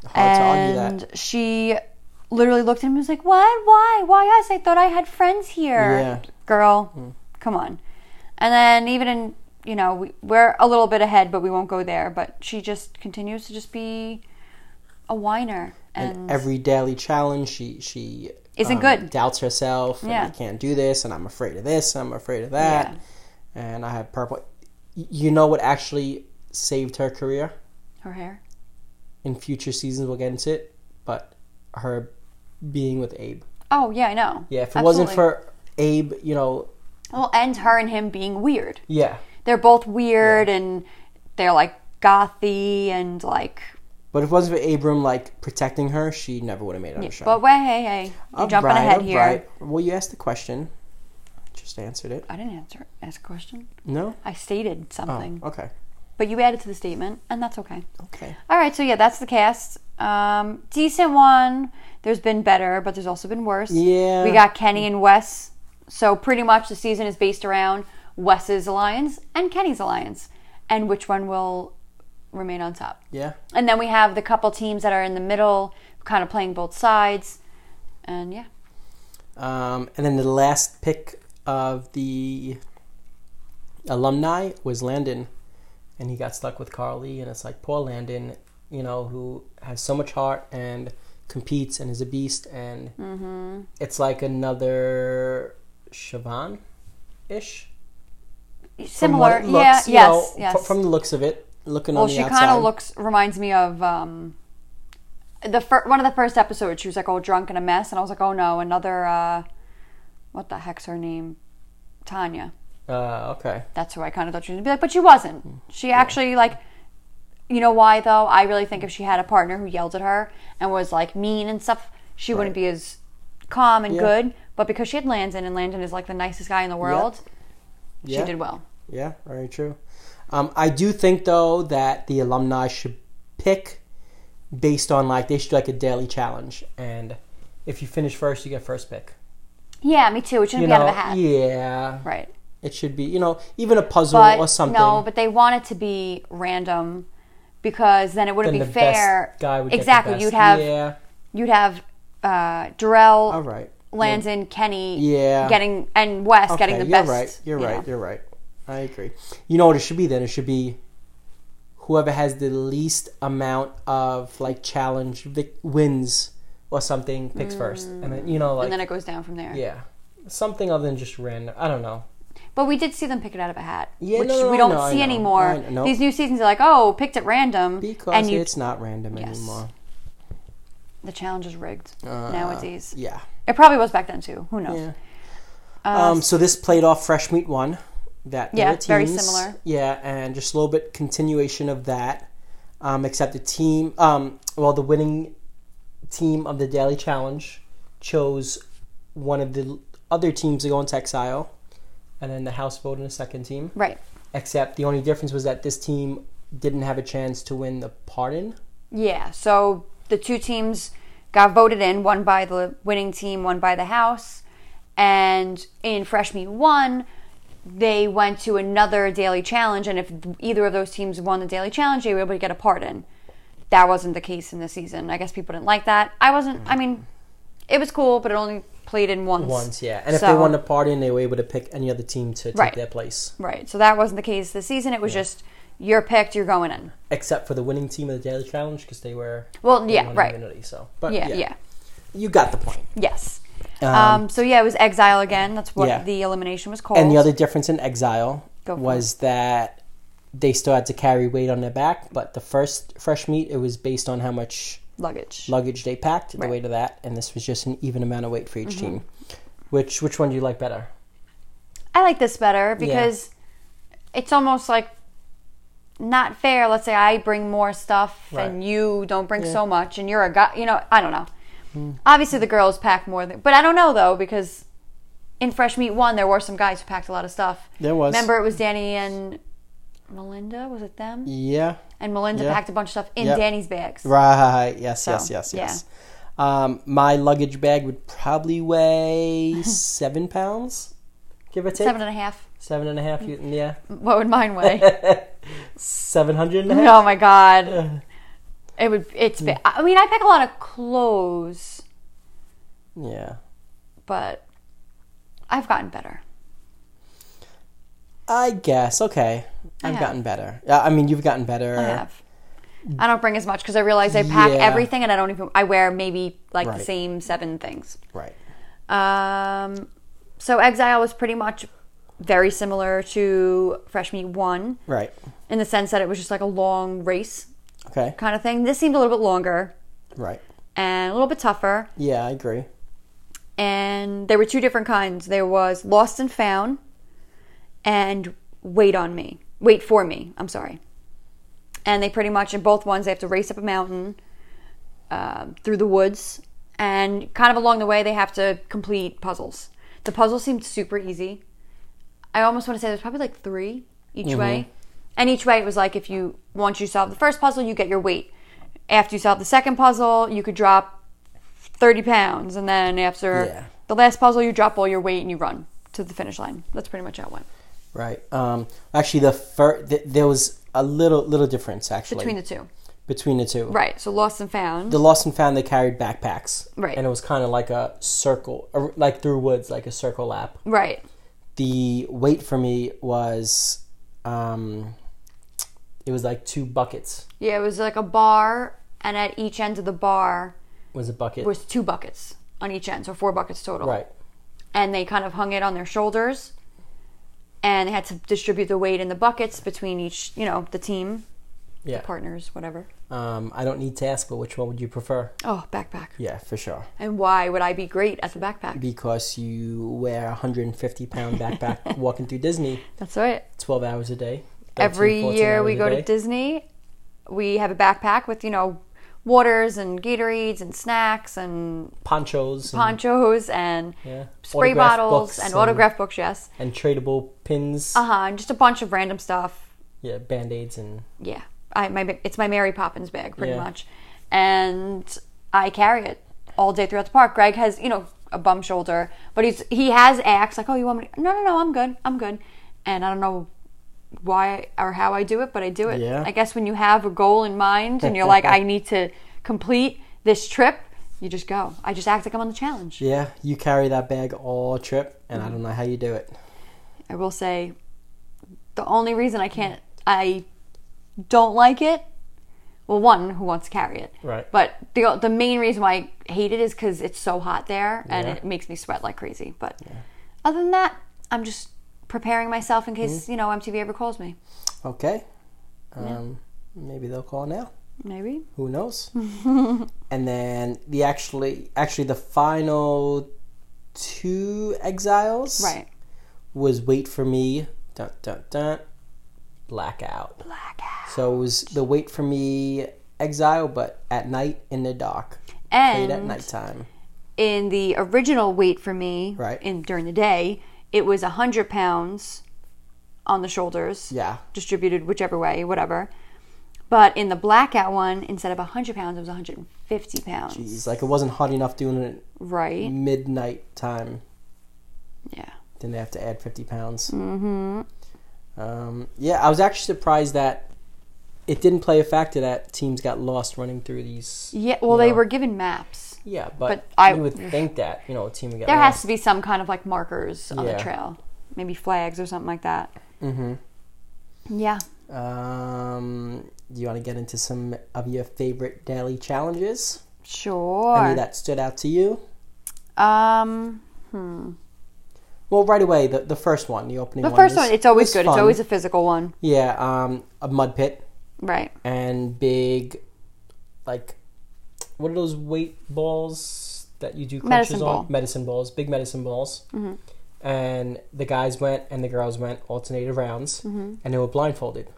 [SPEAKER 1] Hard to argue
[SPEAKER 2] and
[SPEAKER 1] that.
[SPEAKER 2] she literally looked at him and was like, "What? Why? Why us? I thought I had friends here,
[SPEAKER 1] Yeah. Hmm.
[SPEAKER 2] girl. Come on." And then even in you know we, we're a little bit ahead, but we won't go there. But she just continues to just be a whiner and,
[SPEAKER 1] And every daily challenge, she she um,
[SPEAKER 2] Isn't good.
[SPEAKER 1] Doubts herself. and
[SPEAKER 2] Yeah.
[SPEAKER 1] I can't do this, and I'm afraid of this. I'm afraid of that.
[SPEAKER 2] Yeah.
[SPEAKER 1] And I have purple. Y- You know what actually saved her career?
[SPEAKER 2] her hair.
[SPEAKER 1] In future seasons, we'll get into it. But her being with Abe.
[SPEAKER 2] Oh yeah, I know.
[SPEAKER 1] Yeah. If it wasn't
[SPEAKER 2] Absolutely.
[SPEAKER 1] for Abe, you know.
[SPEAKER 2] well, and her and him being weird.
[SPEAKER 1] Yeah.
[SPEAKER 2] They're both weird and they're like gothy and like.
[SPEAKER 1] But if it wasn't for Abram like protecting her, she never would have made it on the show.
[SPEAKER 2] But wait, hey, hey, you're
[SPEAKER 1] All
[SPEAKER 2] jumping
[SPEAKER 1] right,
[SPEAKER 2] ahead
[SPEAKER 1] all
[SPEAKER 2] here.
[SPEAKER 1] right. Well, you asked the question. Just answered it.
[SPEAKER 2] I didn't answer. Ask a question.
[SPEAKER 1] No.
[SPEAKER 2] I stated something,
[SPEAKER 1] Okay.
[SPEAKER 2] but you added to the statement, and that's okay.
[SPEAKER 1] Okay.
[SPEAKER 2] All right, so yeah, that's the cast. Um, decent one. There's been better, but there's also been worse.
[SPEAKER 1] Yeah.
[SPEAKER 2] We got Kenny and Wes. So pretty much the season is based around Wes's alliance and Kenny's alliance, and which one will remain on top.
[SPEAKER 1] Yeah.
[SPEAKER 2] And then we have the couple teams that are in the middle, kind of playing both sides. And yeah,
[SPEAKER 1] Um, and then the last pick of the alumni was Landon, and he got stuck with Carly, and it's like poor Landon, you know, who has so much heart and competes and is a beast, and
[SPEAKER 2] Mm-hmm.
[SPEAKER 1] it's like another Siobhan ish. From what
[SPEAKER 2] similar.
[SPEAKER 1] it
[SPEAKER 2] yeah,
[SPEAKER 1] looks, you
[SPEAKER 2] yes,
[SPEAKER 1] know,
[SPEAKER 2] yes.
[SPEAKER 1] fr- From the looks of it, looking
[SPEAKER 2] Well,
[SPEAKER 1] on the
[SPEAKER 2] she
[SPEAKER 1] outside.
[SPEAKER 2] kind of looks reminds me of um, the fir- one of the first episodes. She was like all drunk and a mess, and I was like, oh no, another uh, what the heck's her name, Tanya.
[SPEAKER 1] Uh, okay.
[SPEAKER 2] That's who I kind of thought she was gonna be like, but she
[SPEAKER 1] Hmm.
[SPEAKER 2] wasn't. She actually like, you know why though? I really think if she had a partner who yelled at her and was like mean and stuff, she wouldn't be as calm and
[SPEAKER 1] Yeah.
[SPEAKER 2] good. But because she had Landon, and Landon is like the nicest guy in the world,
[SPEAKER 1] Yeah.
[SPEAKER 2] she did well.
[SPEAKER 1] Yeah, very true. Um, I do think though that the alumni should pick based on like they should do like a daily challenge, and if you finish first, you get first pick.
[SPEAKER 2] Yeah, me too. It
[SPEAKER 1] You
[SPEAKER 2] shouldn't be
[SPEAKER 1] know,
[SPEAKER 2] out of a hat,
[SPEAKER 1] yeah,
[SPEAKER 2] right?
[SPEAKER 1] it should be you know even a puzzle
[SPEAKER 2] but
[SPEAKER 1] or something.
[SPEAKER 2] no, but they want it to be random because then it wouldn't
[SPEAKER 1] then
[SPEAKER 2] be
[SPEAKER 1] the
[SPEAKER 2] fair.
[SPEAKER 1] best guy would
[SPEAKER 2] exactly.
[SPEAKER 1] Get the best.
[SPEAKER 2] You'd have
[SPEAKER 1] yeah,
[SPEAKER 2] you'd have uh, Darrell,
[SPEAKER 1] all right,
[SPEAKER 2] Landon, Kenny,
[SPEAKER 1] yeah.
[SPEAKER 2] getting and Wes
[SPEAKER 1] Okay,
[SPEAKER 2] getting the
[SPEAKER 1] you're
[SPEAKER 2] best.
[SPEAKER 1] right. You're
[SPEAKER 2] you
[SPEAKER 1] right.
[SPEAKER 2] know.
[SPEAKER 1] You're right. I agree. You know what it should be then? It should be whoever has the least amount of like challenge vic- wins or something picks first, and then you know like
[SPEAKER 2] Mm. and then it goes down from there.
[SPEAKER 1] yeah, something other than just random. I don't know.
[SPEAKER 2] But we did see them pick it out of a hat,
[SPEAKER 1] Yeah,
[SPEAKER 2] which
[SPEAKER 1] no, no,
[SPEAKER 2] we don't
[SPEAKER 1] no, I
[SPEAKER 2] see
[SPEAKER 1] know.
[SPEAKER 2] anymore.
[SPEAKER 1] I know.
[SPEAKER 2] These new seasons are like, oh, picked at random,
[SPEAKER 1] Because
[SPEAKER 2] and you,
[SPEAKER 1] it's not random anymore.
[SPEAKER 2] the challenge is rigged
[SPEAKER 1] Uh,
[SPEAKER 2] nowadays.
[SPEAKER 1] Yeah.
[SPEAKER 2] It probably was back then too. Who knows?
[SPEAKER 1] Yeah.
[SPEAKER 2] Uh,
[SPEAKER 1] Um, so this played off Fresh Meat One. That they
[SPEAKER 2] Yeah,
[SPEAKER 1] were
[SPEAKER 2] very
[SPEAKER 1] teams.
[SPEAKER 2] similar.
[SPEAKER 1] Yeah, and just a little bit continuation of that, um, except the team. Um, well, the winning team of the Daily Challenge chose one of the other teams to go into exile, and then the House voted the second team.
[SPEAKER 2] right.
[SPEAKER 1] Except the only difference was that this team didn't have a chance to win the pardon.
[SPEAKER 2] Yeah. So the two teams got voted in, one by the winning team, one by the house. And in Fresh Meat One, they went to another daily challenge, and if either of those teams won the daily challenge, they were able to get a pardon. That wasn't the case in this season. I guess people didn't like that. I wasn't. I mean, it was cool, but it only played in once.
[SPEAKER 1] Once, yeah, and if they
[SPEAKER 2] So-
[SPEAKER 1] won the pardon, they were able to pick any other team to take
[SPEAKER 2] Right.
[SPEAKER 1] their place.
[SPEAKER 2] Right. So that wasn't the case this season. It was just you're picked, you're going in.
[SPEAKER 1] Except for the winning team of the Daily Challenge because they were
[SPEAKER 2] Well, yeah,
[SPEAKER 1] won
[SPEAKER 2] right.
[SPEAKER 1] immunity, so, but
[SPEAKER 2] Yeah, yeah.
[SPEAKER 1] you got the point.
[SPEAKER 2] Yes.
[SPEAKER 1] Um,
[SPEAKER 2] Um, so yeah, it was exile again. That's what
[SPEAKER 1] Yeah.
[SPEAKER 2] the elimination was called.
[SPEAKER 1] and the other difference in Exile
[SPEAKER 2] Go for
[SPEAKER 1] was that they still had to carry weight on their back, but the first fresh meat it was based on how much
[SPEAKER 2] luggage.
[SPEAKER 1] luggage they packed, the
[SPEAKER 2] Right. Mm-hmm.
[SPEAKER 1] weight of that, and this was just an even amount of weight for each team. Which which one do you like better?
[SPEAKER 2] I like this better because it's almost like not fair. Let's say I bring more stuff and
[SPEAKER 1] Right.
[SPEAKER 2] you don't bring so much, and you're a guy. You know, I don't know.
[SPEAKER 1] Hmm.
[SPEAKER 2] Obviously, the girls pack more, than, but I don't know though because in Fresh Meat One there were some guys who packed a lot of stuff.
[SPEAKER 1] There was.
[SPEAKER 2] Remember, it was Danny and Melinda. Was it them?
[SPEAKER 1] Yeah.
[SPEAKER 2] And Melinda
[SPEAKER 1] Yeah.
[SPEAKER 2] packed a bunch of stuff in
[SPEAKER 1] Yeah.
[SPEAKER 2] Danny's bags.
[SPEAKER 1] Right. Yes. yes.
[SPEAKER 2] So,
[SPEAKER 1] Yes.
[SPEAKER 2] yeah.
[SPEAKER 1] Yes. Um, my luggage bag would probably
[SPEAKER 2] [LAUGHS]
[SPEAKER 1] weigh seven pounds, give or take.
[SPEAKER 2] Seven Mm. and a half.
[SPEAKER 1] Seven and a half. you- Yeah.
[SPEAKER 2] What would mine weigh?
[SPEAKER 1] Seven hundred and a half.
[SPEAKER 2] [LAUGHS] oh my god. It would. It's. Big. I mean, I pack a lot of clothes, Mm.
[SPEAKER 1] Yeah.
[SPEAKER 2] but I've gotten better.
[SPEAKER 1] I guess. Okay.
[SPEAKER 2] I
[SPEAKER 1] I've
[SPEAKER 2] have.
[SPEAKER 1] gotten better. Uh, I mean, you've gotten better.
[SPEAKER 2] I have. I don't bring as much because I realize I pack
[SPEAKER 1] Yeah.
[SPEAKER 2] everything, and I don't even. I wear maybe like the
[SPEAKER 1] Right.
[SPEAKER 2] same seven things.
[SPEAKER 1] Right.
[SPEAKER 2] Um, so exile was pretty much very similar to Fresh Meat One
[SPEAKER 1] Right.
[SPEAKER 2] in the sense that it was just like a long race
[SPEAKER 1] Okay.
[SPEAKER 2] kind of thing. This seemed a little bit longer
[SPEAKER 1] Right.
[SPEAKER 2] and a little bit tougher.
[SPEAKER 1] Yeah, I agree.
[SPEAKER 2] and there were two different kinds. There was Lost and Found and Wait on Me. Wait for Me, I'm sorry. And they pretty much, in both ones, they have to race up a mountain um through the woods. And kind of along the way, they have to complete puzzles. The puzzles seemed super easy. I almost want to say there's probably like three each way. And each way, it was like if you, once you solve the first puzzle, you get your weight. After you solve the second puzzle, you could drop 30 pounds. And then after
[SPEAKER 1] Yeah.
[SPEAKER 2] the last puzzle, you drop all your weight and you run to the finish line. That's pretty much how it went
[SPEAKER 1] Right. Um. Actually, the first th- there was a little little difference actually
[SPEAKER 2] between the two.
[SPEAKER 1] between the two.
[SPEAKER 2] Right. So lost and found.
[SPEAKER 1] The lost and found they carried backpacks.
[SPEAKER 2] Right.
[SPEAKER 1] And it was kind of like a circle, or like through woods, like a circle lap.
[SPEAKER 2] right.
[SPEAKER 1] The weight for me was, um, it was like two buckets.
[SPEAKER 2] Yeah, it was like a bar, and at each end of the bar
[SPEAKER 1] Was a bucket.
[SPEAKER 2] was two buckets on each end, so four buckets total.
[SPEAKER 1] right.
[SPEAKER 2] And they kind of hung it on their shoulders, and they had to distribute the weight in the buckets between each, you know, the team,
[SPEAKER 1] Yeah.
[SPEAKER 2] partners, whatever.
[SPEAKER 1] Um. I don't need to ask, but which one would you prefer?
[SPEAKER 2] Oh, backpack.
[SPEAKER 1] Yeah, for sure.
[SPEAKER 2] And why would I be great at the backpack?
[SPEAKER 1] because you wear a 150 pound
[SPEAKER 2] [LAUGHS]
[SPEAKER 1] backpack walking through Disney
[SPEAKER 2] That's right.
[SPEAKER 1] 12 hours a day. 13,
[SPEAKER 2] every
[SPEAKER 1] 14
[SPEAKER 2] year
[SPEAKER 1] hours
[SPEAKER 2] we
[SPEAKER 1] a
[SPEAKER 2] go
[SPEAKER 1] day.
[SPEAKER 2] to Disney, we have a backpack with you know waters and Gatorades and snacks and
[SPEAKER 1] Ponchos. and-
[SPEAKER 2] ponchos
[SPEAKER 1] Mm.
[SPEAKER 2] and
[SPEAKER 1] yeah,
[SPEAKER 2] spray
[SPEAKER 1] autograph
[SPEAKER 2] bottles
[SPEAKER 1] books
[SPEAKER 2] and autograph books. Yes,
[SPEAKER 1] And tradable pins.
[SPEAKER 2] uh huh, and just a bunch of random stuff.
[SPEAKER 1] yeah, band aids and.
[SPEAKER 2] Yeah, I my it's my Mary Poppins bag pretty
[SPEAKER 1] Yeah.
[SPEAKER 2] much, and I carry it all day throughout the park. Greg has you know a bum shoulder, but he's he has acts like oh you want me? To, no no no I'm good I'm good, and I don't know why or how I do it, but I do it.
[SPEAKER 1] Yeah.
[SPEAKER 2] I guess when you have a goal in mind and
[SPEAKER 1] [LAUGHS]
[SPEAKER 2] you're like I need to complete this trip, you just go. I just act like I'm on the challenge.
[SPEAKER 1] Yeah, you carry that bag all trip, and
[SPEAKER 2] Mm.
[SPEAKER 1] I don't know how you do it.
[SPEAKER 2] I will say the only reason I can't I don't like it. Well, one who wants to carry it,
[SPEAKER 1] Right.
[SPEAKER 2] But the the main reason why I hate it is because it's so hot there and
[SPEAKER 1] Yeah.
[SPEAKER 2] it makes me sweat like crazy. But other than that, I'm just preparing myself in case
[SPEAKER 1] Mm-hmm.
[SPEAKER 2] you know MTV ever calls me.
[SPEAKER 1] Okay. Um, Maybe they'll call now.
[SPEAKER 2] Maybe.
[SPEAKER 1] Who
[SPEAKER 2] [LAUGHS]
[SPEAKER 1] knows? and then the actually actually the final two exiles
[SPEAKER 2] Right.
[SPEAKER 1] was wait for me dun dun dun blackout.
[SPEAKER 2] Blackout.
[SPEAKER 1] So it was the wait for me exile, but at night in the dark,
[SPEAKER 2] And
[SPEAKER 1] late at nighttime.
[SPEAKER 2] in the original weight for me
[SPEAKER 1] Right.
[SPEAKER 2] in during the day it was 100 pounds on the shoulders
[SPEAKER 1] Yeah,
[SPEAKER 2] distributed whichever way whatever but in the blackout one instead of 100 pounds it was 150 pounds
[SPEAKER 1] it's like it wasn't hot enough doing it
[SPEAKER 2] right
[SPEAKER 1] Mm. midnight time.
[SPEAKER 2] yeah
[SPEAKER 1] Then they have to add 50 pounds. Mm-hmm. Um, yeah, I was actually surprised that it didn't play a factor that teams got lost running through these.
[SPEAKER 2] yeah well
[SPEAKER 1] you
[SPEAKER 2] they
[SPEAKER 1] know.
[SPEAKER 2] were given maps
[SPEAKER 1] Yeah, but,
[SPEAKER 2] But I-
[SPEAKER 1] you would think that you know a team would get
[SPEAKER 2] there
[SPEAKER 1] lost.
[SPEAKER 2] has to be some kind of like markers on
[SPEAKER 1] Yeah.
[SPEAKER 2] the trail maybe flags or something like that mm-hmm yeah
[SPEAKER 1] Um, do you want to get into some of your favorite daily challenges? Any
[SPEAKER 2] sure
[SPEAKER 1] that stood out to you?
[SPEAKER 2] um
[SPEAKER 1] Well, right away, the, the first one, the opening
[SPEAKER 2] the
[SPEAKER 1] one.
[SPEAKER 2] first
[SPEAKER 1] was-
[SPEAKER 2] one it's always
[SPEAKER 1] was
[SPEAKER 2] good it's
[SPEAKER 1] fun.
[SPEAKER 2] always a physical one
[SPEAKER 1] Yeah, um, a mud pit
[SPEAKER 2] right
[SPEAKER 1] and big, like, what are those weight balls that you do crunches
[SPEAKER 2] Medicine
[SPEAKER 1] on?
[SPEAKER 2] ball.
[SPEAKER 1] Medicine balls, big medicine balls. Mm-hmm. And the guys went and the girls went, alternated rounds,
[SPEAKER 2] Mm-hmm.
[SPEAKER 1] and they were blindfolded.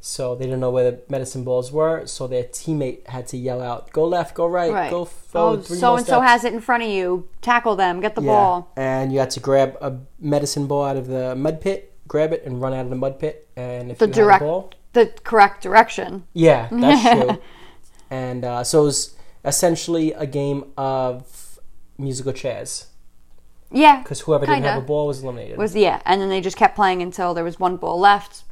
[SPEAKER 1] So they didn't know where the medicine balls were, so their teammate had to yell out, go left, go right,
[SPEAKER 2] Right.
[SPEAKER 1] go forward,
[SPEAKER 2] oh,
[SPEAKER 1] three
[SPEAKER 2] so
[SPEAKER 1] more
[SPEAKER 2] and so
[SPEAKER 1] steps."
[SPEAKER 2] has it in front of you. Tackle them. Get the
[SPEAKER 1] Yeah,
[SPEAKER 2] ball.
[SPEAKER 1] and you had to grab a medicine ball out of the mud pit, grab it, and run out of the mud pit. And if
[SPEAKER 2] The
[SPEAKER 1] you
[SPEAKER 2] direct,
[SPEAKER 1] had a ball,
[SPEAKER 2] the correct direction.
[SPEAKER 1] yeah, that's
[SPEAKER 2] [LAUGHS]
[SPEAKER 1] true. And uh, so it's essentially a game of musical chairs
[SPEAKER 2] Yeah.
[SPEAKER 1] because whoever didn't have
[SPEAKER 2] Kinda.
[SPEAKER 1] a ball was eliminated.
[SPEAKER 2] Was yeah, and then they just kept playing until there was one ball left,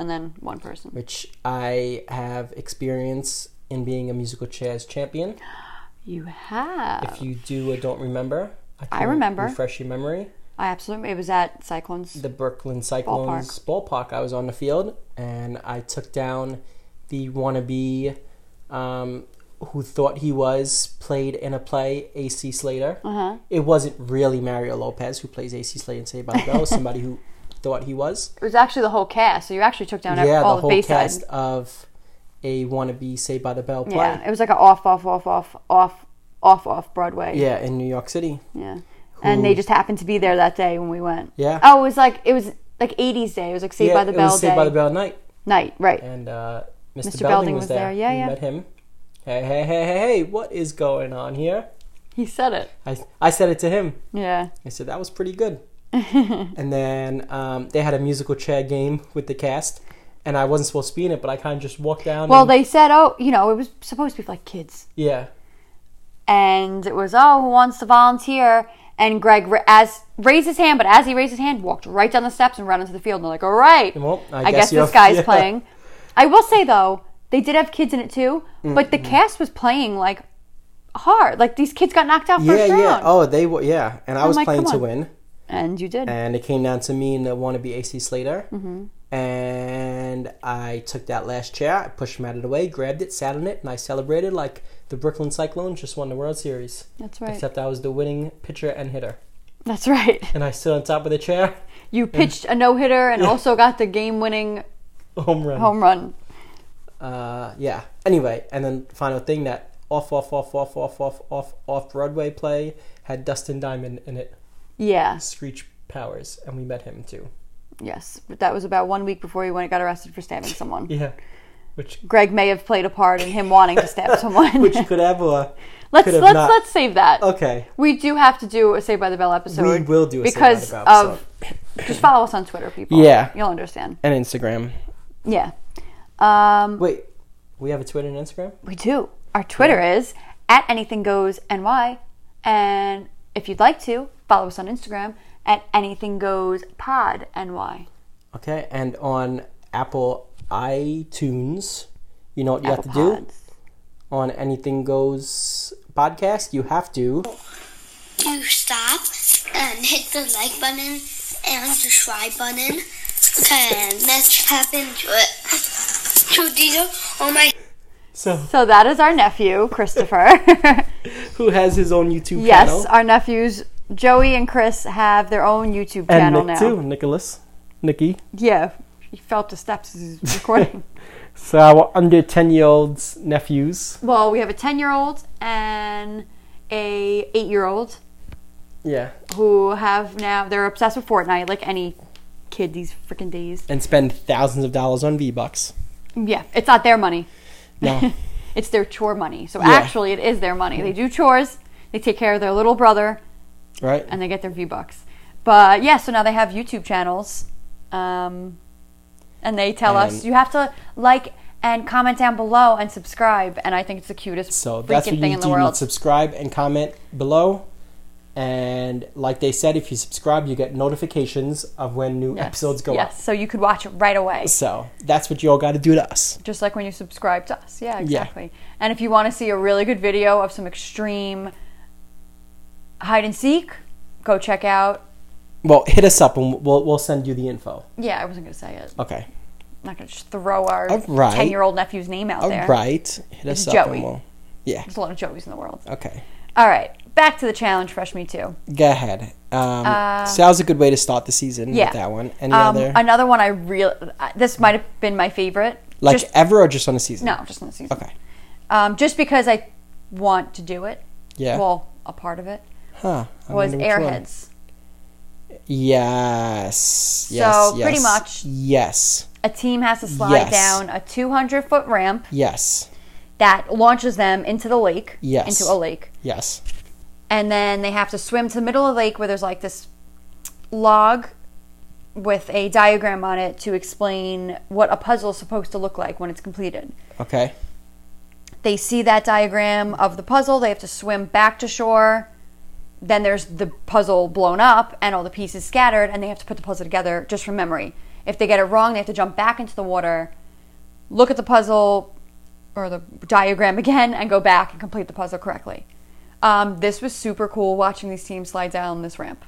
[SPEAKER 2] and then one person.
[SPEAKER 1] which I have experience in being a musical chairs champion.
[SPEAKER 2] You have.
[SPEAKER 1] If you do or don't remember,
[SPEAKER 2] I
[SPEAKER 1] can
[SPEAKER 2] remember.
[SPEAKER 1] Refresh your memory.
[SPEAKER 2] I absolutely. It was at Cyclones.
[SPEAKER 1] the Brooklyn Cyclones ballpark. I was on the field and I took down the wannabe um, who thought he was played in a play, AC Slater.
[SPEAKER 2] Uh-huh.
[SPEAKER 1] It wasn't really Mario Lopez who plays AC Slater in Saved by
[SPEAKER 2] [LAUGHS]
[SPEAKER 1] the Bell, somebody who thought he was.
[SPEAKER 2] it was actually the whole cast. So you actually took down ev-
[SPEAKER 1] yeah,
[SPEAKER 2] all
[SPEAKER 1] the
[SPEAKER 2] the,
[SPEAKER 1] whole
[SPEAKER 2] base side.
[SPEAKER 1] cast of a wannabe Saved by the Bell play.
[SPEAKER 2] Yeah,
[SPEAKER 1] Yeah,
[SPEAKER 2] it was like an off, off, off, off, off, off, off Broadway.
[SPEAKER 1] in New York City.
[SPEAKER 2] Yeah. And they
[SPEAKER 1] Who-
[SPEAKER 2] just happened to be there that day when we went.
[SPEAKER 1] Yeah.
[SPEAKER 2] Oh, it was like it was like 80s day. It was like Saved
[SPEAKER 1] yeah,
[SPEAKER 2] by the
[SPEAKER 1] it
[SPEAKER 2] Bell
[SPEAKER 1] was
[SPEAKER 2] day.
[SPEAKER 1] Saved by the Bell night.
[SPEAKER 2] Night, right.
[SPEAKER 1] and uh, Mr.
[SPEAKER 2] Mr.
[SPEAKER 1] Belding, was, there.
[SPEAKER 2] Yeah,
[SPEAKER 1] We
[SPEAKER 2] yeah.
[SPEAKER 1] met him. Hey, hey, hey, hey, hey! What is going on here?
[SPEAKER 2] He said it.
[SPEAKER 1] I I said it to him.
[SPEAKER 2] Yeah.
[SPEAKER 1] I said that was pretty
[SPEAKER 2] [LAUGHS]
[SPEAKER 1] good. and then um, they had a musical chair game with the cast, and I wasn't supposed to be in it, but I kind of just walked down.
[SPEAKER 2] Well,
[SPEAKER 1] and,
[SPEAKER 2] they said, oh, you know, it was supposed to be for like kids.
[SPEAKER 1] yeah,
[SPEAKER 2] And it was, oh, who wants to volunteer? And Greg ra- as raised his hand, but as he raised his hand, walked right down the steps and ran into the field. And they're like, all right,
[SPEAKER 1] Well, I
[SPEAKER 2] I
[SPEAKER 1] guess
[SPEAKER 2] guess,
[SPEAKER 1] you're- [LAUGHS]
[SPEAKER 2] this guy's
[SPEAKER 1] yeah.
[SPEAKER 2] playing. I will say, though, they did have kids in it too,
[SPEAKER 1] Mm,
[SPEAKER 2] but
[SPEAKER 1] mm-hmm.
[SPEAKER 2] the cast was playing like hard. Like these kids got knocked out first
[SPEAKER 1] yeah,
[SPEAKER 2] round.
[SPEAKER 1] yeah. Oh, they were yeah, and I was
[SPEAKER 2] like,
[SPEAKER 1] playing
[SPEAKER 2] come
[SPEAKER 1] to
[SPEAKER 2] on.
[SPEAKER 1] win,
[SPEAKER 2] And you did.
[SPEAKER 1] and it came down to me and the wannabe AC Slater,
[SPEAKER 2] Mm-hmm.
[SPEAKER 1] and I took that last chair, I pushed him out of the way, grabbed it, sat on it, and I celebrated like the Brooklyn Cyclones just won the World Series.
[SPEAKER 2] That's right.
[SPEAKER 1] Except I was the winning pitcher and hitter.
[SPEAKER 2] That's right.
[SPEAKER 1] And I stood on top of the chair, [LAUGHS]
[SPEAKER 2] You pitched a no hitter and also got the game winning
[SPEAKER 1] home run.
[SPEAKER 2] home run.
[SPEAKER 1] Uh, yeah. Anyway, and then final thing that off, off, off, off, off, off, off, off Broadway play had Dustin Diamond in it,
[SPEAKER 2] Yeah.
[SPEAKER 1] Screech Powers, and we met him too.
[SPEAKER 2] Yes, but that was about one week before he went and got arrested for stabbing someone.
[SPEAKER 1] Yeah. Which
[SPEAKER 2] Greg may have played a part in him wanting
[SPEAKER 1] [LAUGHS]
[SPEAKER 2] to stab [LAUGHS] someone.
[SPEAKER 1] which could have or
[SPEAKER 2] let's
[SPEAKER 1] could have
[SPEAKER 2] let's
[SPEAKER 1] not.
[SPEAKER 2] let's save that.
[SPEAKER 1] Okay.
[SPEAKER 2] We do have to do a Save by the Bell episode.
[SPEAKER 1] We will do a Saved by the
[SPEAKER 2] because
[SPEAKER 1] Bell
[SPEAKER 2] of just follow us on Twitter, people.
[SPEAKER 1] Yeah.
[SPEAKER 2] you'll understand.
[SPEAKER 1] And Instagram.
[SPEAKER 2] Yeah, um,
[SPEAKER 1] Wait, we have a Twitter and Instagram?
[SPEAKER 2] we do. Our Twitter is at Anything Goes NY, and if you'd like to follow us on Instagram at Anything Goes Pod NY.
[SPEAKER 1] Okay. And on Apple iTunes, you know what you have to do?
[SPEAKER 2] Pods.
[SPEAKER 1] On Anything Goes podcast, you have to
[SPEAKER 3] you stop and hit the like button and subscribe button. Okay, and let's hop into it. [LAUGHS] So these are all Oh my
[SPEAKER 1] So,
[SPEAKER 2] So that is our nephew, Christopher.
[SPEAKER 1] [LAUGHS] who has his own YouTube
[SPEAKER 2] yes,
[SPEAKER 1] channel?
[SPEAKER 2] our nephews, Joey and Chris, have their own YouTube
[SPEAKER 1] and
[SPEAKER 2] channel
[SPEAKER 1] Nick
[SPEAKER 2] now.
[SPEAKER 1] too, Nicholas, Nikki.
[SPEAKER 2] Yeah, he felt the steps
[SPEAKER 1] [LAUGHS]
[SPEAKER 2] as he's recording.
[SPEAKER 1] So our under ten year olds nephews.
[SPEAKER 2] well, we have a ten-year-old and a eight-year-old
[SPEAKER 1] Yeah,
[SPEAKER 2] who have now they're obsessed with Fortnite, like any kid these freaking days.
[SPEAKER 1] and spend thousands of dollars on V
[SPEAKER 2] [LAUGHS]
[SPEAKER 1] Bucks.
[SPEAKER 2] Yeah, it's not their money.
[SPEAKER 1] No,
[SPEAKER 2] It's their chore money. So actually, it is their money. They do chores. They take care of their little brother,
[SPEAKER 1] right?
[SPEAKER 2] and they get their V bucks. But yeah, so now they have YouTube channels, um, and they tell us
[SPEAKER 1] And-
[SPEAKER 2] you have to like and comment down below and subscribe. And I think it's the cutest
[SPEAKER 1] So
[SPEAKER 2] freaking
[SPEAKER 1] that's what
[SPEAKER 2] thing
[SPEAKER 1] you
[SPEAKER 2] in the
[SPEAKER 1] do.
[SPEAKER 2] world.
[SPEAKER 1] Subscribe and comment below. And like they said, if you subscribe, you get notifications of when new episodes go
[SPEAKER 2] yes,
[SPEAKER 1] up.
[SPEAKER 2] so you could watch it right away,
[SPEAKER 1] So that's what you all got to do to us.
[SPEAKER 2] just like when you subscribe to us. Yeah, exactly. And if you want to see a really good video of some extreme hide and seek, go check out.
[SPEAKER 1] Well, hit us up and we'll we'll send you the info.
[SPEAKER 2] Yeah, I wasn't gonna say it.
[SPEAKER 1] Okay.
[SPEAKER 2] I'm not gonna just throw our
[SPEAKER 1] All right.
[SPEAKER 2] ten-year-old nephew's name out
[SPEAKER 1] All
[SPEAKER 2] there.
[SPEAKER 1] right. Hit us
[SPEAKER 2] It's
[SPEAKER 1] up
[SPEAKER 2] Joey.
[SPEAKER 1] and we'll. Yeah.
[SPEAKER 2] There's a lot of Joey's in the world.
[SPEAKER 1] Okay.
[SPEAKER 2] All right, back to the challenge, Fresh Me Too.
[SPEAKER 1] Go ahead. Um, so that was a good way to start the season
[SPEAKER 2] Uh, Yeah,
[SPEAKER 1] with that one. Any
[SPEAKER 2] Um,
[SPEAKER 1] other?
[SPEAKER 2] Another one I really. This might have been my favorite.
[SPEAKER 1] like
[SPEAKER 2] just,
[SPEAKER 1] ever or just on a season?
[SPEAKER 2] no, just in the season.
[SPEAKER 1] Okay.
[SPEAKER 2] Um, just because I want to do it.
[SPEAKER 1] Yeah.
[SPEAKER 2] Well, a part of it
[SPEAKER 1] Huh. I
[SPEAKER 2] was
[SPEAKER 1] wonder which one.
[SPEAKER 2] Airheads.
[SPEAKER 1] Yes. Yes.
[SPEAKER 2] So, pretty
[SPEAKER 1] yes,
[SPEAKER 2] much-
[SPEAKER 1] Yes.
[SPEAKER 2] A team has to slide
[SPEAKER 1] Yes.
[SPEAKER 2] down a 200 foot ramp
[SPEAKER 1] Yes.
[SPEAKER 2] that launches them into the lake.
[SPEAKER 1] Yes.
[SPEAKER 2] Into a lake,
[SPEAKER 1] Yes.
[SPEAKER 2] and then they have to swim to the middle of the lake where there's like this log with a diagram on it to explain what a puzzle is supposed to look like when it's completed.
[SPEAKER 1] Okay.
[SPEAKER 2] they see that diagram of the puzzle they have to swim back to shore then there's the puzzle blown up and all the pieces scattered and they have to put the puzzle together just from memory if they get it wrong they have to jump back into the water look at the puzzle or the diagram [LAUGHS] again and go back and complete the puzzle correctly um, this was super cool watching these teams slide down this ramp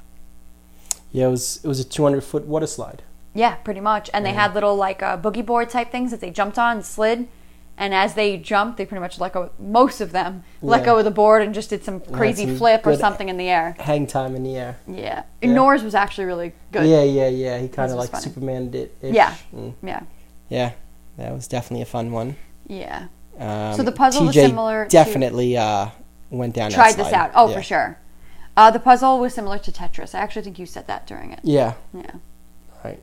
[SPEAKER 1] Yeah, it was it was a 200 foot water slide.
[SPEAKER 2] Yeah, pretty much. And they had little like uh, boogie board type things that they jumped on and slid. And as they jumped, they pretty much let go. Most of them let
[SPEAKER 1] Yeah.
[SPEAKER 2] go of the board and just did some crazy
[SPEAKER 1] some
[SPEAKER 2] flip or
[SPEAKER 1] good-
[SPEAKER 2] something in the air.
[SPEAKER 1] Hang time in the air.
[SPEAKER 2] Yeah. And Norris was actually really good.
[SPEAKER 1] Yeah, yeah, yeah. He kind
[SPEAKER 2] This
[SPEAKER 1] of
[SPEAKER 2] was
[SPEAKER 1] like
[SPEAKER 2] funny.
[SPEAKER 1] Superman did.
[SPEAKER 2] Yeah.
[SPEAKER 1] Mm.
[SPEAKER 2] Yeah.
[SPEAKER 1] Yeah, that was definitely a fun one.
[SPEAKER 2] Yeah.
[SPEAKER 1] Um,
[SPEAKER 2] the puzzle was
[SPEAKER 1] TJ
[SPEAKER 2] similar to-
[SPEAKER 1] Definitely uh, went down. that
[SPEAKER 2] Tried this
[SPEAKER 1] slide.
[SPEAKER 2] out. Oh,
[SPEAKER 1] Yeah.
[SPEAKER 2] for sure. Uh, the puzzle was similar to Tetris. I actually think you said that during it.
[SPEAKER 1] Yeah.
[SPEAKER 2] Yeah.
[SPEAKER 1] Right.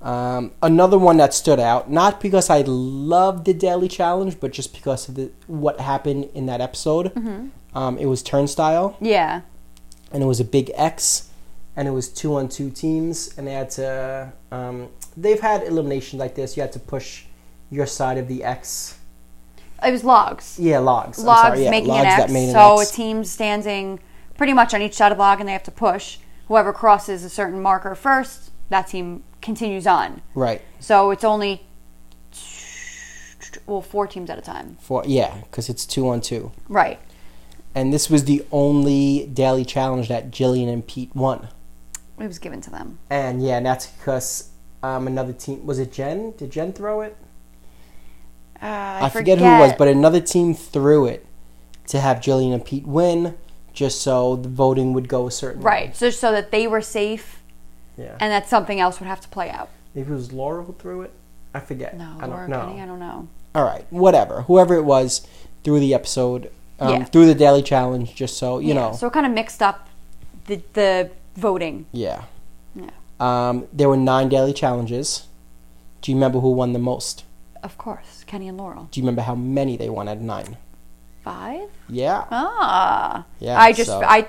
[SPEAKER 1] Um, another one that stood out, not because I loved the daily challenge, but just because of the, what happened in that episode.
[SPEAKER 2] Mm-hmm.
[SPEAKER 1] Um, it was turnstile,
[SPEAKER 2] Yeah.
[SPEAKER 1] and it was a big X, and it was two on two teams, and they had to. Um, they've had elimination like this. You had to push your side of the X.
[SPEAKER 2] It was logs.
[SPEAKER 1] Yeah, logs. I'm
[SPEAKER 2] Logs
[SPEAKER 1] sorry, yeah,
[SPEAKER 2] making
[SPEAKER 1] logs
[SPEAKER 2] an
[SPEAKER 1] that
[SPEAKER 2] X.
[SPEAKER 1] made an
[SPEAKER 2] so
[SPEAKER 1] X.
[SPEAKER 2] a team standing pretty much on each side of the log and they have to push. Whoever crosses a certain marker first, that team continues on.
[SPEAKER 1] Right.
[SPEAKER 2] So it's only well four teams at a time.
[SPEAKER 1] For yeah, because it's two on two,
[SPEAKER 2] Right.
[SPEAKER 1] and this was the only daily challenge that Jillian and Pete won.
[SPEAKER 2] It was given to them.
[SPEAKER 1] And yeah, and that's because um, another team was it Jen? Did Jen throw it?
[SPEAKER 2] Uh, I,
[SPEAKER 1] I, forget, who it was, but another team threw it to have Jillian and Pete win, just so the voting would go a certain
[SPEAKER 2] right. So so that they were safe
[SPEAKER 1] way. Yeah,
[SPEAKER 2] and that something else would have to play out.
[SPEAKER 1] maybe it was Laura who threw it. I forget.
[SPEAKER 2] No,
[SPEAKER 1] I
[SPEAKER 2] Laura
[SPEAKER 1] don't know.
[SPEAKER 2] Kenny, I don't know.
[SPEAKER 1] All right, whatever. Whoever it was threw the episode, um,
[SPEAKER 2] Yeah.
[SPEAKER 1] through the daily challenge, just so you
[SPEAKER 2] yeah.
[SPEAKER 1] know.
[SPEAKER 2] So it kind of mixed up the the voting.
[SPEAKER 1] yeah.
[SPEAKER 2] Yeah.
[SPEAKER 1] Um, there were nine daily challenges. Do you remember who won the most?
[SPEAKER 2] Of course, Kenny and Laurel.
[SPEAKER 1] Do you remember how many they won at nine?
[SPEAKER 2] Five.
[SPEAKER 1] Yeah.
[SPEAKER 2] Ah.
[SPEAKER 1] Yeah,
[SPEAKER 2] I just
[SPEAKER 1] so-
[SPEAKER 2] I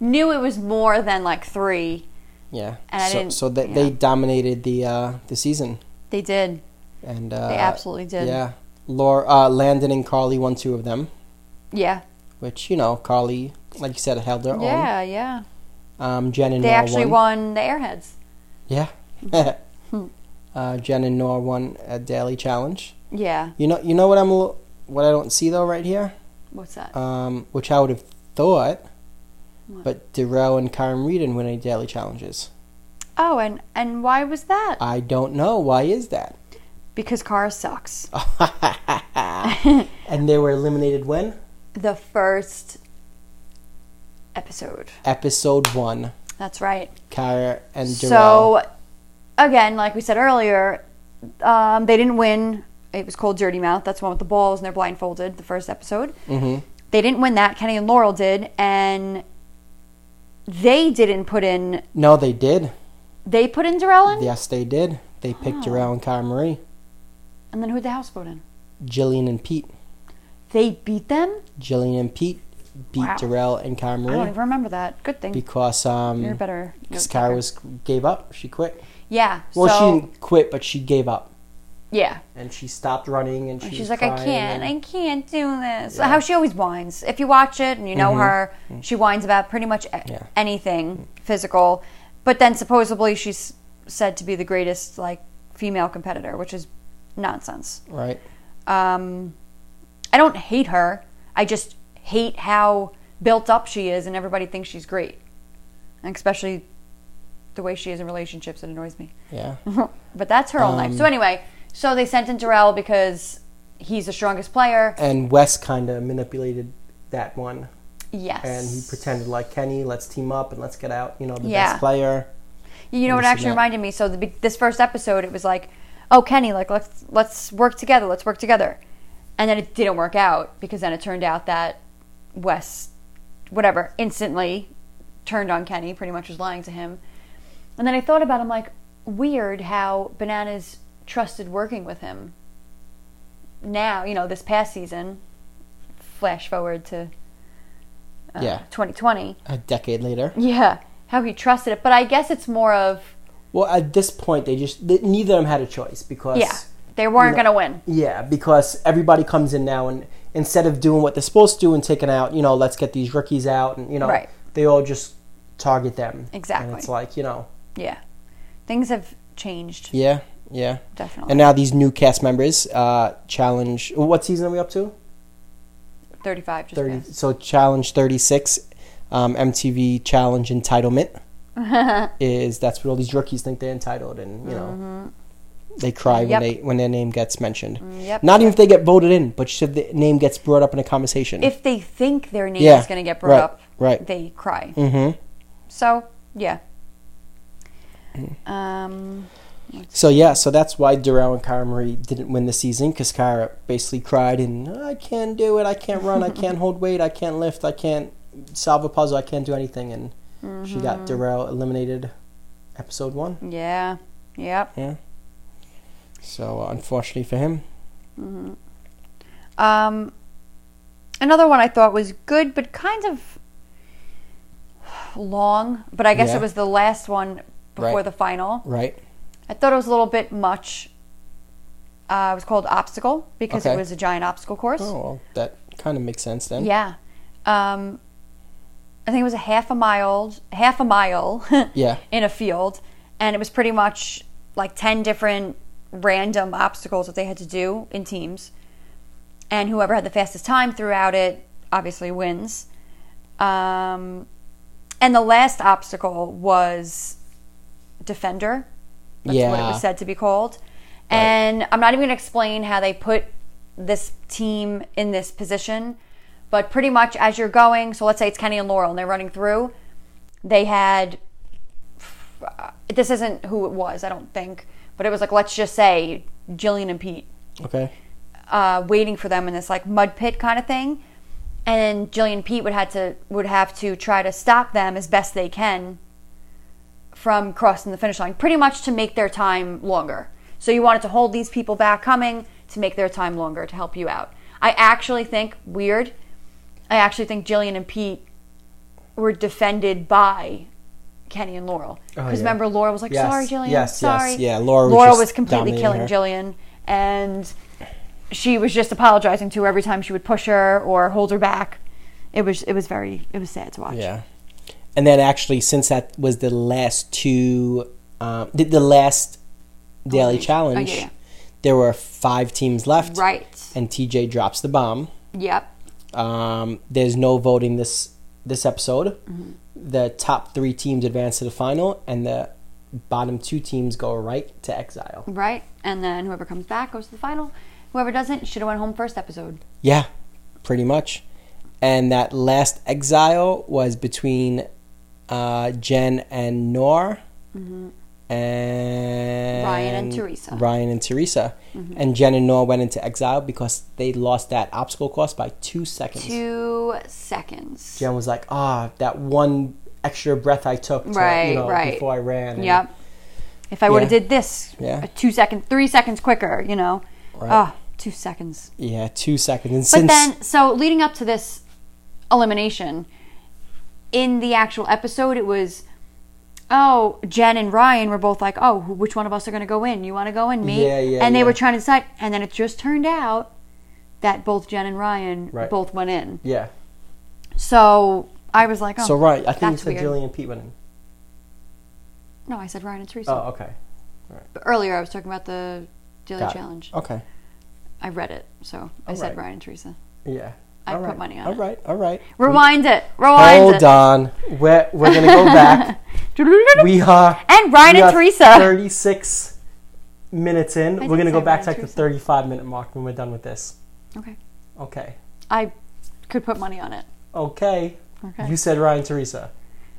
[SPEAKER 2] knew it was more than like three.
[SPEAKER 1] Yeah.
[SPEAKER 2] And I
[SPEAKER 1] so
[SPEAKER 2] didn't-
[SPEAKER 1] so they,
[SPEAKER 2] yeah.
[SPEAKER 1] they dominated the uh, the season,
[SPEAKER 2] They did.
[SPEAKER 1] and uh,
[SPEAKER 2] They absolutely did.
[SPEAKER 1] Yeah, Laura, uh, Landon, and Carly won two of them,
[SPEAKER 2] Yeah.
[SPEAKER 1] which you know Carly, like you said, held her
[SPEAKER 2] Yeah. Yeah.
[SPEAKER 1] own. Um, Jen and
[SPEAKER 2] They
[SPEAKER 1] Nora
[SPEAKER 2] actually
[SPEAKER 1] won.
[SPEAKER 2] won the Airheads. [LAUGHS]
[SPEAKER 1] Yeah.
[SPEAKER 2] Hmm.
[SPEAKER 1] uh, Jen and Nora won a daily challenge.
[SPEAKER 2] Yeah.
[SPEAKER 1] You know, you know what I'm, a little- what I don't see though right here,
[SPEAKER 2] What's that?
[SPEAKER 1] um, which I would have thought,
[SPEAKER 2] What?
[SPEAKER 1] but Darrell and Kyron Reed didn't win any daily challenges.
[SPEAKER 2] Oh, and and why was that?
[SPEAKER 1] I don't know. Why is that?
[SPEAKER 2] because Kara sucks.
[SPEAKER 1] Oh. and they were eliminated when?
[SPEAKER 2] The first episode.
[SPEAKER 1] Episode one.
[SPEAKER 2] That's right.
[SPEAKER 1] Kara and Jarrell.
[SPEAKER 2] So, again, like we said earlier, um, they didn't win. It was called Dirty Mouth. That's the one with the balls and they're blindfolded, the first episode. Mm-hmm. They didn't win that. Kenny and Laurel did. And they didn't put in.
[SPEAKER 1] no, they did.
[SPEAKER 2] They put in Darrell in?
[SPEAKER 1] Yes, they did. They
[SPEAKER 2] Oh.
[SPEAKER 1] picked Jarrell and Kara Marie,
[SPEAKER 2] And then who'd the house vote in?
[SPEAKER 1] Jillian and Pete.
[SPEAKER 2] They beat them?
[SPEAKER 1] Jillian and Pete beat
[SPEAKER 2] Wow.
[SPEAKER 1] Darrell and Kara
[SPEAKER 2] I don't
[SPEAKER 1] Marie
[SPEAKER 2] even remember that. Good thing.
[SPEAKER 1] because um,
[SPEAKER 2] You're better.
[SPEAKER 1] Because Kara was gave up. She quit.
[SPEAKER 2] Yeah.
[SPEAKER 1] Well,
[SPEAKER 2] so,
[SPEAKER 1] she didn't quit, but she gave up
[SPEAKER 2] Yeah.
[SPEAKER 1] and she stopped running. And she
[SPEAKER 2] She's
[SPEAKER 1] was
[SPEAKER 2] like, I
[SPEAKER 1] crying
[SPEAKER 2] can't,
[SPEAKER 1] and-
[SPEAKER 2] I can't do this. How she always whines. If you watch it and you know her, she whines about pretty much a-
[SPEAKER 1] Yeah.
[SPEAKER 2] anything physical. But then supposedly she's said to be the greatest like female competitor, which is nonsense.
[SPEAKER 1] [LAUGHS] right.
[SPEAKER 2] Um, I don't hate her. I just hate how built up she is, and everybody thinks she's great, and especially the way she is in relationships. It annoys me.
[SPEAKER 1] Yeah.
[SPEAKER 2] [LAUGHS] But that's her own
[SPEAKER 1] Um,
[SPEAKER 2] life. So anyway, so they sent in Darrell because he's the strongest player.
[SPEAKER 1] And Wes kind of manipulated that one,
[SPEAKER 2] Yes.
[SPEAKER 1] and he pretended like Kenny, let's team up and let's get out. You know, the
[SPEAKER 2] Yeah.
[SPEAKER 1] best player.
[SPEAKER 2] You know what
[SPEAKER 1] Listen
[SPEAKER 2] actually
[SPEAKER 1] up.
[SPEAKER 2] reminded me? So the, be- this first episode, it was like, oh Kenny, like let's let's work together, let's work together, and then it didn't work out because then it turned out that Wes, whatever, instantly turned on Kenny, pretty much was lying to him, and then I thought about, it, I'm like, weird how Bananas trusted working with him. Now you know this past season, flash forward to uh,
[SPEAKER 1] Yeah.
[SPEAKER 2] 2020.
[SPEAKER 1] A decade later.
[SPEAKER 2] Yeah, how he trusted it, but I guess it's more of
[SPEAKER 1] Well, at this point, they just they, neither of them had a choice because
[SPEAKER 2] Yeah, they weren't
[SPEAKER 1] you know-
[SPEAKER 2] going to win.
[SPEAKER 1] Yeah, because everybody comes in now, and instead of doing what they're supposed to do and taking out, you know, let's get these rookies out, and you know,
[SPEAKER 2] Right.
[SPEAKER 1] they all just target them.
[SPEAKER 2] Exactly.
[SPEAKER 1] And it's like you know,
[SPEAKER 2] Yeah, things have changed
[SPEAKER 1] yeah, yeah.
[SPEAKER 2] definitely.
[SPEAKER 1] And now these new cast members uh, challenge. What season are we up to?
[SPEAKER 2] Thirty-five just
[SPEAKER 1] Thirty.
[SPEAKER 2] passed.
[SPEAKER 1] So challenge thirty six, um, MTV challenge
[SPEAKER 2] [LAUGHS]
[SPEAKER 1] entitlement is that's what all these rookies think they're entitled, and you know. They cry
[SPEAKER 2] Mm-hmm. Yep. Mm,
[SPEAKER 1] when they when their name gets mentioned.
[SPEAKER 2] yep.
[SPEAKER 1] Not even if they get voted in, but should the name gets brought up in a conversation.
[SPEAKER 2] If they think their name
[SPEAKER 1] Yeah,
[SPEAKER 2] is going to get brought
[SPEAKER 1] right,
[SPEAKER 2] up,
[SPEAKER 1] right.
[SPEAKER 2] they cry.
[SPEAKER 1] hmm
[SPEAKER 2] So yeah. Um,
[SPEAKER 1] So yeah, so that's why Darrell and Kyra Marie didn't win the season because Kyra basically cried and I can't do it, I can't run,
[SPEAKER 2] [LAUGHS]
[SPEAKER 1] I can't hold weight, I can't lift, I can't solve a puzzle, I can't do anything, and she
[SPEAKER 2] Mm-hmm.
[SPEAKER 1] got Darrell eliminated, episode one.
[SPEAKER 2] yeah, yep.
[SPEAKER 1] So uh, unfortunately for him,
[SPEAKER 2] Um, another one I thought was good, but kind of long. But I guess
[SPEAKER 1] Yeah.
[SPEAKER 2] it was the last one before
[SPEAKER 1] Right.
[SPEAKER 2] the final.
[SPEAKER 1] right?
[SPEAKER 2] I thought it was a little bit much. Uh, it was called obstacle because it
[SPEAKER 1] Okay.
[SPEAKER 2] was a giant obstacle course.
[SPEAKER 1] Oh, well, that kind of makes sense then.
[SPEAKER 2] Yeah, um, I think it was a half a mile, half a mile. [LAUGHS]
[SPEAKER 1] Yeah.
[SPEAKER 2] In a field, and it was pretty much like ten different random obstacles that they had to do in teams, and whoever had the fastest time throughout it obviously wins. Um, and the last obstacle was defender. That's what it
[SPEAKER 1] Yeah.
[SPEAKER 2] was said to be called. And I'm not even going to explain how they put this team in this position, but pretty much as you're going, so let's say it's Kenny and Laurel and they're running through, they had uh, this isn't who it was, I don't think, but it was like, let's just say Jillian and Pete
[SPEAKER 1] Okay.
[SPEAKER 2] uh, waiting for them in this like mud pit kind of thing. And Jillian Pete would had to would have to try to stop them as best they can from crossing the finish line, pretty much to make their time longer. So you wanted to hold these people back coming to make their time longer to help you out. I actually think weird. I actually think Jillian and Pete were defended by Kenny and Laurel because
[SPEAKER 1] Oh, yeah.
[SPEAKER 2] remember Laurel was like,
[SPEAKER 1] Yes,
[SPEAKER 2] "Sorry, Jillian,
[SPEAKER 1] yes, yes,
[SPEAKER 2] sorry."
[SPEAKER 1] yeah, Laura was just
[SPEAKER 2] completely
[SPEAKER 1] dominating
[SPEAKER 2] killing
[SPEAKER 1] her.
[SPEAKER 2] Jillian, and she was just apologizing to her every time she would push her or hold her back. It was it was very it was sad to watch.
[SPEAKER 1] Yeah. And then actually, since that was the last two, um, the, the last daily challenge,
[SPEAKER 2] Oh, yeah.
[SPEAKER 1] there were five teams left.
[SPEAKER 2] Right.
[SPEAKER 1] And TJ drops the bomb.
[SPEAKER 2] Yep.
[SPEAKER 1] Um, there's no voting
[SPEAKER 2] Mm-hmm.
[SPEAKER 1] this this episode. The top three teams advance to the final, and the bottom two teams go right to exile.
[SPEAKER 2] right? And then whoever comes back goes to the final. Whoever doesn't should have went home first episode.
[SPEAKER 1] Yeah, pretty much. And that last exile was between uh, Jen and Nor, and
[SPEAKER 2] Mm-hmm. Ryan and Teresa. Mm-hmm.
[SPEAKER 1] Ryan and Teresa, and Jen and Nor went into exile because they lost that obstacle course by two seconds.
[SPEAKER 2] Two seconds.
[SPEAKER 1] Jen was like, "Ah, that one extra breath I took, to,
[SPEAKER 2] Right,
[SPEAKER 1] you know,
[SPEAKER 2] right.
[SPEAKER 1] before I ran." and-
[SPEAKER 2] Yep. If I would have
[SPEAKER 1] Yeah.
[SPEAKER 2] did this,
[SPEAKER 1] Yeah.
[SPEAKER 2] a two second, three seconds quicker, you know.
[SPEAKER 1] Right.
[SPEAKER 2] Ah, two seconds.
[SPEAKER 1] yeah, two seconds. And
[SPEAKER 2] But
[SPEAKER 1] since
[SPEAKER 2] then, so leading up to this elimination, in the actual episode, it was, oh, Jen and Ryan were both like, oh, who- which one of us are going to go in? You want to go in? Me?
[SPEAKER 1] Yeah, yeah,
[SPEAKER 2] And they
[SPEAKER 1] yeah.
[SPEAKER 2] were trying to decide, and then it just turned out that both Jen and Ryan
[SPEAKER 1] Right.
[SPEAKER 2] both went in.
[SPEAKER 1] yeah,
[SPEAKER 2] So I was like, oh,
[SPEAKER 1] so right, I think you
[SPEAKER 2] that's
[SPEAKER 1] said
[SPEAKER 2] weird.
[SPEAKER 1] Jillian Pete went in.
[SPEAKER 2] No, I said Ryan and Teresa.
[SPEAKER 1] Oh, okay,
[SPEAKER 2] But earlier, I was talking about the Daily
[SPEAKER 1] Got it. Oh.
[SPEAKER 2] Challenge.
[SPEAKER 1] okay,
[SPEAKER 2] I read it, so I
[SPEAKER 1] All
[SPEAKER 2] said
[SPEAKER 1] right.
[SPEAKER 2] Ryan and Teresa.
[SPEAKER 1] yeah.
[SPEAKER 2] I
[SPEAKER 1] All
[SPEAKER 2] put
[SPEAKER 1] right.
[SPEAKER 2] money on
[SPEAKER 1] All
[SPEAKER 2] it.
[SPEAKER 1] right, all right.
[SPEAKER 2] Rewind it. Rewind
[SPEAKER 1] Hold
[SPEAKER 2] it.
[SPEAKER 1] on. We're, we're going to
[SPEAKER 2] [LAUGHS]
[SPEAKER 1] go back. we are.
[SPEAKER 2] and Ryan
[SPEAKER 1] we
[SPEAKER 2] and
[SPEAKER 1] are
[SPEAKER 2] Teresa.
[SPEAKER 1] 36 minutes in.
[SPEAKER 2] did
[SPEAKER 1] we're going to
[SPEAKER 2] say
[SPEAKER 1] go back
[SPEAKER 2] Ryan
[SPEAKER 1] to like the
[SPEAKER 2] Teresa.
[SPEAKER 1] 35 minute mark when we're done with this.
[SPEAKER 2] Okay.
[SPEAKER 1] Okay.
[SPEAKER 2] I could put money on it.
[SPEAKER 1] Okay.
[SPEAKER 2] Okay.
[SPEAKER 1] You said Ryan Teresa.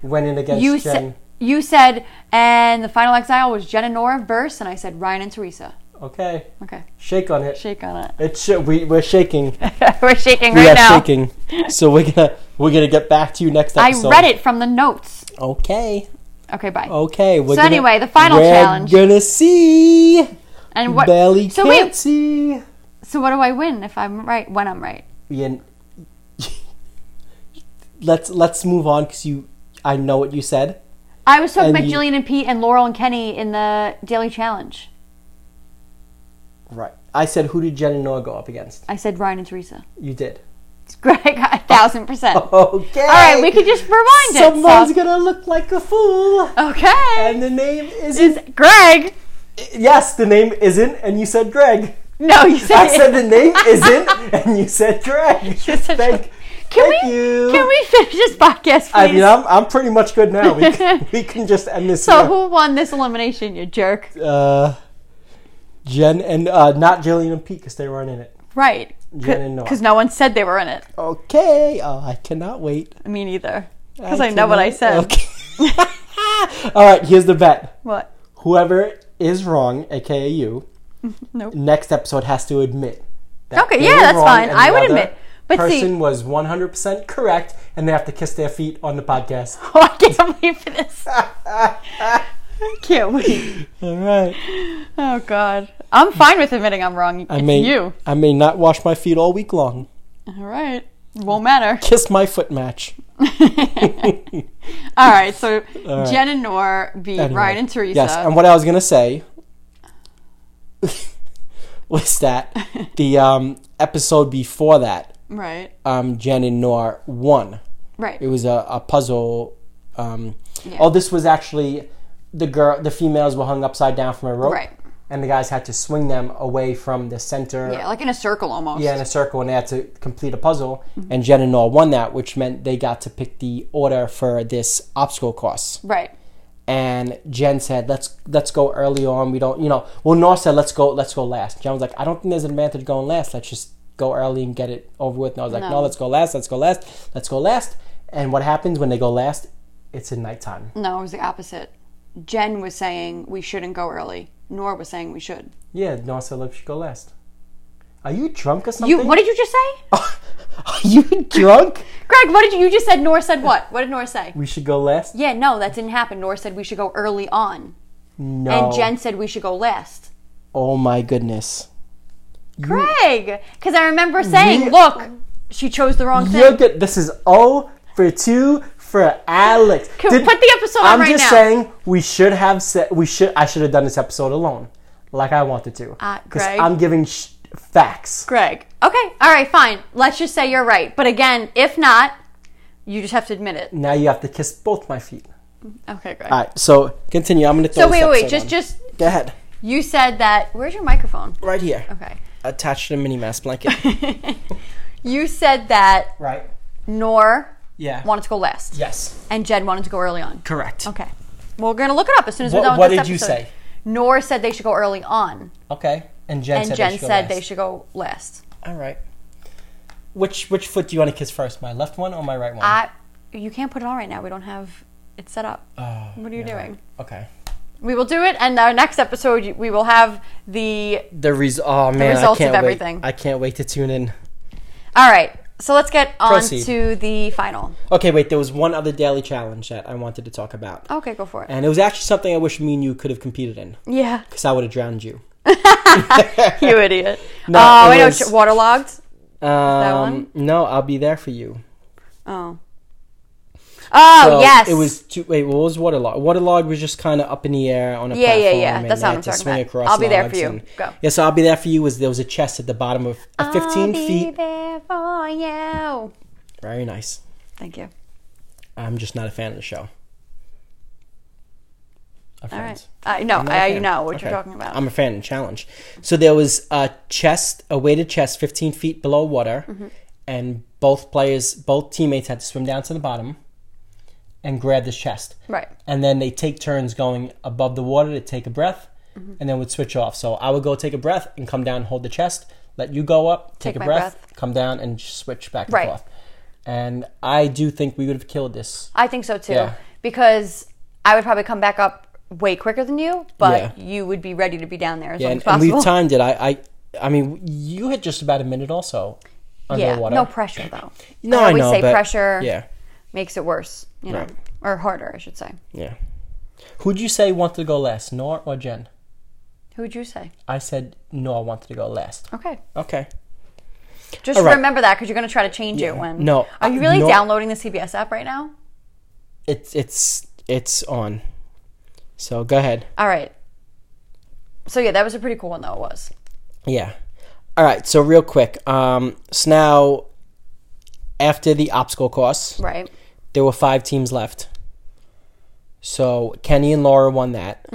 [SPEAKER 1] Went in against
[SPEAKER 2] You
[SPEAKER 1] Jen.
[SPEAKER 2] said you said, and the final exile was Jen and Nora verse, and I said Ryan and Teresa.
[SPEAKER 1] okay.
[SPEAKER 2] Okay,
[SPEAKER 1] Shake on it.
[SPEAKER 2] shake on it. [LAUGHS]
[SPEAKER 1] It's sh- we, we're shaking.
[SPEAKER 2] We're shaking
[SPEAKER 1] we
[SPEAKER 2] right
[SPEAKER 1] are
[SPEAKER 2] now.
[SPEAKER 1] shaking. So we're going to we're gonna get back to you next
[SPEAKER 2] I
[SPEAKER 1] episode.
[SPEAKER 2] read it from the notes.
[SPEAKER 1] Okay.
[SPEAKER 2] Okay, bye.
[SPEAKER 1] Okay. We're
[SPEAKER 2] So
[SPEAKER 1] gonna-
[SPEAKER 2] anyway, the final
[SPEAKER 1] we're
[SPEAKER 2] challenge.
[SPEAKER 1] going to see.
[SPEAKER 2] and what?
[SPEAKER 1] Belly
[SPEAKER 2] so
[SPEAKER 1] can't
[SPEAKER 2] wait.
[SPEAKER 1] see.
[SPEAKER 2] So what do I win if I'm right? When I'm right?
[SPEAKER 1] Ian, [LAUGHS] let's let's move on because you, I know what you said.
[SPEAKER 2] I was talking
[SPEAKER 1] And
[SPEAKER 2] about
[SPEAKER 1] you-
[SPEAKER 2] Jillian and Pete and Laurel and Kenny in the Daily Challenge.
[SPEAKER 1] Right. I said who did Jen and Noah go up against?
[SPEAKER 2] I said Ryan and Teresa.
[SPEAKER 1] You did.
[SPEAKER 2] It's great. [LAUGHS] I got a thousand percent. All
[SPEAKER 1] [LAUGHS] Okay. All
[SPEAKER 2] right, we could just rewind
[SPEAKER 1] Someone's
[SPEAKER 2] it.
[SPEAKER 1] gonna look like a fool,
[SPEAKER 2] so- okay.
[SPEAKER 1] and the name isn't.
[SPEAKER 2] Greg.
[SPEAKER 1] Yes, the name isn't, and you said Greg.
[SPEAKER 2] No, you said.
[SPEAKER 1] I
[SPEAKER 2] [LAUGHS]
[SPEAKER 1] said the name isn't, and you said Greg.
[SPEAKER 2] You're such a-
[SPEAKER 1] Thank,
[SPEAKER 2] Can
[SPEAKER 1] thank
[SPEAKER 2] we?
[SPEAKER 1] you.
[SPEAKER 2] Can we finish this podcast, please?
[SPEAKER 1] I mean, I'm, I'm pretty much good now.
[SPEAKER 2] [LAUGHS]
[SPEAKER 1] We can, we can just end this.
[SPEAKER 2] so
[SPEAKER 1] here.
[SPEAKER 2] who won this elimination? You jerk.
[SPEAKER 1] uh, Jen and uh, not Jillian and Pete because they weren't in it.
[SPEAKER 2] Right.
[SPEAKER 1] Jen and Noah.
[SPEAKER 2] Because no one said they were in it.
[SPEAKER 1] Okay. Oh, I cannot wait.
[SPEAKER 2] Me neither. Because I, know what I said.
[SPEAKER 1] cannot- Okay. [LAUGHS] All right. Here's the bet.
[SPEAKER 2] What? [LAUGHS]
[SPEAKER 1] Whoever is wrong, aka you,
[SPEAKER 2] Nope.
[SPEAKER 1] next episode has to admit. That
[SPEAKER 2] Okay,
[SPEAKER 1] they
[SPEAKER 2] yeah,
[SPEAKER 1] were
[SPEAKER 2] that's
[SPEAKER 1] wrong
[SPEAKER 2] fine.
[SPEAKER 1] and
[SPEAKER 2] I
[SPEAKER 1] the
[SPEAKER 2] would
[SPEAKER 1] other
[SPEAKER 2] admit. But see-
[SPEAKER 1] person was 100% correct, and they have to kiss their feet on the podcast. [LAUGHS]
[SPEAKER 2] Oh, I can't wait for this. I can't wait.
[SPEAKER 1] All right.
[SPEAKER 2] Oh God. I'm fine with admitting I'm wrong.
[SPEAKER 1] I may,
[SPEAKER 2] you.
[SPEAKER 1] I may not wash my feet all week long.
[SPEAKER 2] All right. Won't matter. [LAUGHS]
[SPEAKER 1] Kiss my foot match.
[SPEAKER 2] All
[SPEAKER 1] [LAUGHS]
[SPEAKER 2] right. So
[SPEAKER 1] right.
[SPEAKER 2] Jen and Nor beat
[SPEAKER 1] Anyway.
[SPEAKER 2] Ryan and Teresa.
[SPEAKER 1] Yes, and what I was gonna say [LAUGHS] was that
[SPEAKER 2] [LAUGHS]
[SPEAKER 1] the um, episode before that,
[SPEAKER 2] right.
[SPEAKER 1] um, Jen and Nor won.
[SPEAKER 2] Right.
[SPEAKER 1] It was a, a puzzle. Um,
[SPEAKER 2] Yeah.
[SPEAKER 1] Oh, this was actually the girl. The females were hung upside down from a rope,
[SPEAKER 2] Right.
[SPEAKER 1] and the guys had to swing them away from the center.
[SPEAKER 2] yeah, like in a circle almost.
[SPEAKER 1] Yeah, in a circle, and they had to complete a puzzle. And Jen and Nor won that, which meant they got to pick the order for this obstacle course
[SPEAKER 2] Right.
[SPEAKER 1] and Jen said, "Let's let's go early on. We don't, you know." Well, Nor said, "Let's go, let's go last." Jen was like, "I don't think there's an advantage going last. Let's just go early and get it over with." And I was like, "No,
[SPEAKER 2] No.
[SPEAKER 1] let's go last. Let's go last. Let's go last." And what happens when they go last? It's in nighttime.
[SPEAKER 2] No, it was the opposite. Jen was saying we shouldn't go early. Nor was saying we should.
[SPEAKER 1] Yeah, Nor said, "Let's go last." Are you drunk or something?
[SPEAKER 2] You what did you just say?
[SPEAKER 1] [LAUGHS] Are you drunk?
[SPEAKER 2] Greg, what did you, you just said Nor said what? What did Nor say?
[SPEAKER 1] We should go last.
[SPEAKER 2] Yeah, no, that didn't happen. Nor said we should go early on.
[SPEAKER 1] No.
[SPEAKER 2] And Jen said we should go last.
[SPEAKER 1] Oh my goodness.
[SPEAKER 2] Greg! Because I remember saying,
[SPEAKER 1] We-
[SPEAKER 2] look, she chose the wrong
[SPEAKER 1] You're
[SPEAKER 2] thing.
[SPEAKER 1] good. This is O for two for Alex.
[SPEAKER 2] Can we put the episode on
[SPEAKER 1] I'm
[SPEAKER 2] right
[SPEAKER 1] just
[SPEAKER 2] now?
[SPEAKER 1] saying we should have said we should. I should have done this episode alone, like I wanted to.
[SPEAKER 2] Ah, Greg.
[SPEAKER 1] I'm giving sh- facts.
[SPEAKER 2] Greg. Okay, all right, fine. Let's just say you're right. But again, if not, you just have to admit it.
[SPEAKER 1] Now you have to kiss both my feet.
[SPEAKER 2] Okay, Greg.
[SPEAKER 1] All right. So continue. I'm gonna. Throw
[SPEAKER 2] so
[SPEAKER 1] this
[SPEAKER 2] wait, wait,
[SPEAKER 1] episode
[SPEAKER 2] just
[SPEAKER 1] on.
[SPEAKER 2] just
[SPEAKER 1] go ahead.
[SPEAKER 2] you said that where's your microphone?
[SPEAKER 1] Right here,
[SPEAKER 2] Okay.
[SPEAKER 1] attached to the mini mask blanket.
[SPEAKER 2] [LAUGHS] You said that
[SPEAKER 1] right.
[SPEAKER 2] Nor
[SPEAKER 1] Yeah.
[SPEAKER 2] wanted to go last,
[SPEAKER 1] Yes.
[SPEAKER 2] and Jed wanted to go early on.
[SPEAKER 1] Correct.
[SPEAKER 2] Okay. We're gonna look it up as soon as
[SPEAKER 1] What-
[SPEAKER 2] we're done with
[SPEAKER 1] what
[SPEAKER 2] this
[SPEAKER 1] did you
[SPEAKER 2] episode.
[SPEAKER 1] say?
[SPEAKER 2] Nor said they should go early on,
[SPEAKER 1] Okay. And Jen
[SPEAKER 2] and
[SPEAKER 1] said
[SPEAKER 2] Jen
[SPEAKER 1] they should
[SPEAKER 2] said
[SPEAKER 1] go
[SPEAKER 2] they
[SPEAKER 1] last.
[SPEAKER 2] should go last.
[SPEAKER 1] All right. Which which foot do you want to kiss first? My left one or my right one?
[SPEAKER 2] I, you can't put it on right now. We don't have it set up.
[SPEAKER 1] Oh,
[SPEAKER 2] what are you
[SPEAKER 1] you're
[SPEAKER 2] doing?
[SPEAKER 1] right. Okay.
[SPEAKER 2] We will do it, and our next episode you- we will have the.
[SPEAKER 1] The res- oh man,
[SPEAKER 2] results
[SPEAKER 1] I can't
[SPEAKER 2] of
[SPEAKER 1] wait.
[SPEAKER 2] everything.
[SPEAKER 1] I can't wait to tune in.
[SPEAKER 2] All right, so let's get on
[SPEAKER 1] Proceed.
[SPEAKER 2] to the final.
[SPEAKER 1] Okay, wait. There was one other daily challenge that I wanted to talk about,
[SPEAKER 2] Okay, go for it.
[SPEAKER 1] and it was actually something I wish me and you could have competed in [LAUGHS]
[SPEAKER 2] Yeah,
[SPEAKER 1] because I would have drowned you.
[SPEAKER 2] you idiot.
[SPEAKER 1] No,
[SPEAKER 2] oh,
[SPEAKER 1] it
[SPEAKER 2] I know.
[SPEAKER 1] was-
[SPEAKER 2] sh- Waterlogged.
[SPEAKER 1] Um,
[SPEAKER 2] one?
[SPEAKER 1] No, I'll be there for you.
[SPEAKER 2] Oh. Oh
[SPEAKER 1] So
[SPEAKER 2] yes.
[SPEAKER 1] It was two, wait. What was waterlog? Waterlog was just kind of up in the air on a
[SPEAKER 2] Yeah, yeah,
[SPEAKER 1] platform.
[SPEAKER 2] yeah.
[SPEAKER 1] and
[SPEAKER 2] That's
[SPEAKER 1] they
[SPEAKER 2] what
[SPEAKER 1] had
[SPEAKER 2] I'm
[SPEAKER 1] to
[SPEAKER 2] talking
[SPEAKER 1] swing
[SPEAKER 2] about.
[SPEAKER 1] Across
[SPEAKER 2] I'll be there
[SPEAKER 1] logs
[SPEAKER 2] for you.
[SPEAKER 1] and-
[SPEAKER 2] Go.
[SPEAKER 1] Yeah, so I'll be there for you. Was there was a chest at the bottom of uh, 15
[SPEAKER 2] I'll be
[SPEAKER 1] feet?
[SPEAKER 2] there for you.
[SPEAKER 1] Very nice.
[SPEAKER 2] Thank you.
[SPEAKER 1] I'm just not a fan of the show. Our
[SPEAKER 2] All
[SPEAKER 1] friends.
[SPEAKER 2] right. I no,
[SPEAKER 1] not a
[SPEAKER 2] I
[SPEAKER 1] fan.
[SPEAKER 2] know what you're
[SPEAKER 1] Okay.
[SPEAKER 2] talking about.
[SPEAKER 1] I'm a fan of challenge. So there was a chest, a weighted chest, 15 feet below water,
[SPEAKER 2] Mm-hmm.
[SPEAKER 1] and both players, both teammates had to swim down to the bottom and grab this chest.
[SPEAKER 2] Right.
[SPEAKER 1] And then they take turns going above the water to take a breath,
[SPEAKER 2] Mm-hmm.
[SPEAKER 1] and then would switch off. So I would go take a breath and come down, and hold the chest, let you go up, take,
[SPEAKER 2] Take
[SPEAKER 1] a
[SPEAKER 2] my
[SPEAKER 1] breath,
[SPEAKER 2] breath.
[SPEAKER 1] come down, and switch back and
[SPEAKER 2] Right.
[SPEAKER 1] forth. And I do think we would have killed this.
[SPEAKER 2] I think so too.
[SPEAKER 1] Yeah.
[SPEAKER 2] Because I would probably come back up way quicker than you, but
[SPEAKER 1] Yeah.
[SPEAKER 2] you would be ready to be down there as long
[SPEAKER 1] And,
[SPEAKER 2] as
[SPEAKER 1] and
[SPEAKER 2] possible.
[SPEAKER 1] we've timed it. I, I, I mean, you had just about a minute also
[SPEAKER 2] yeah.
[SPEAKER 1] underwater.
[SPEAKER 2] No pressure though.
[SPEAKER 1] [LAUGHS] No,
[SPEAKER 2] I always
[SPEAKER 1] know,
[SPEAKER 2] say
[SPEAKER 1] but-
[SPEAKER 2] pressure
[SPEAKER 1] Yeah,
[SPEAKER 2] makes it worse, you know.
[SPEAKER 1] Right.
[SPEAKER 2] Or harder, I should say.
[SPEAKER 1] yeah. Who'd you say wanted to go last, Nor or Jen?
[SPEAKER 2] Who would you say?
[SPEAKER 1] I said Nor wanted to go last.
[SPEAKER 2] Okay.
[SPEAKER 1] Okay.
[SPEAKER 2] Just
[SPEAKER 1] All right.
[SPEAKER 2] remember that because you're going to try to change it when.
[SPEAKER 1] No,
[SPEAKER 2] Are you really
[SPEAKER 1] no-
[SPEAKER 2] downloading the CBS app right now?
[SPEAKER 1] It's it's it's on. So go ahead.
[SPEAKER 2] All right. So yeah, that was a pretty cool one though. It was.
[SPEAKER 1] Yeah. All right. So real quick. Um. So now, after the obstacle course,
[SPEAKER 2] Right.
[SPEAKER 1] there were five teams left. So Kenny and Laura won that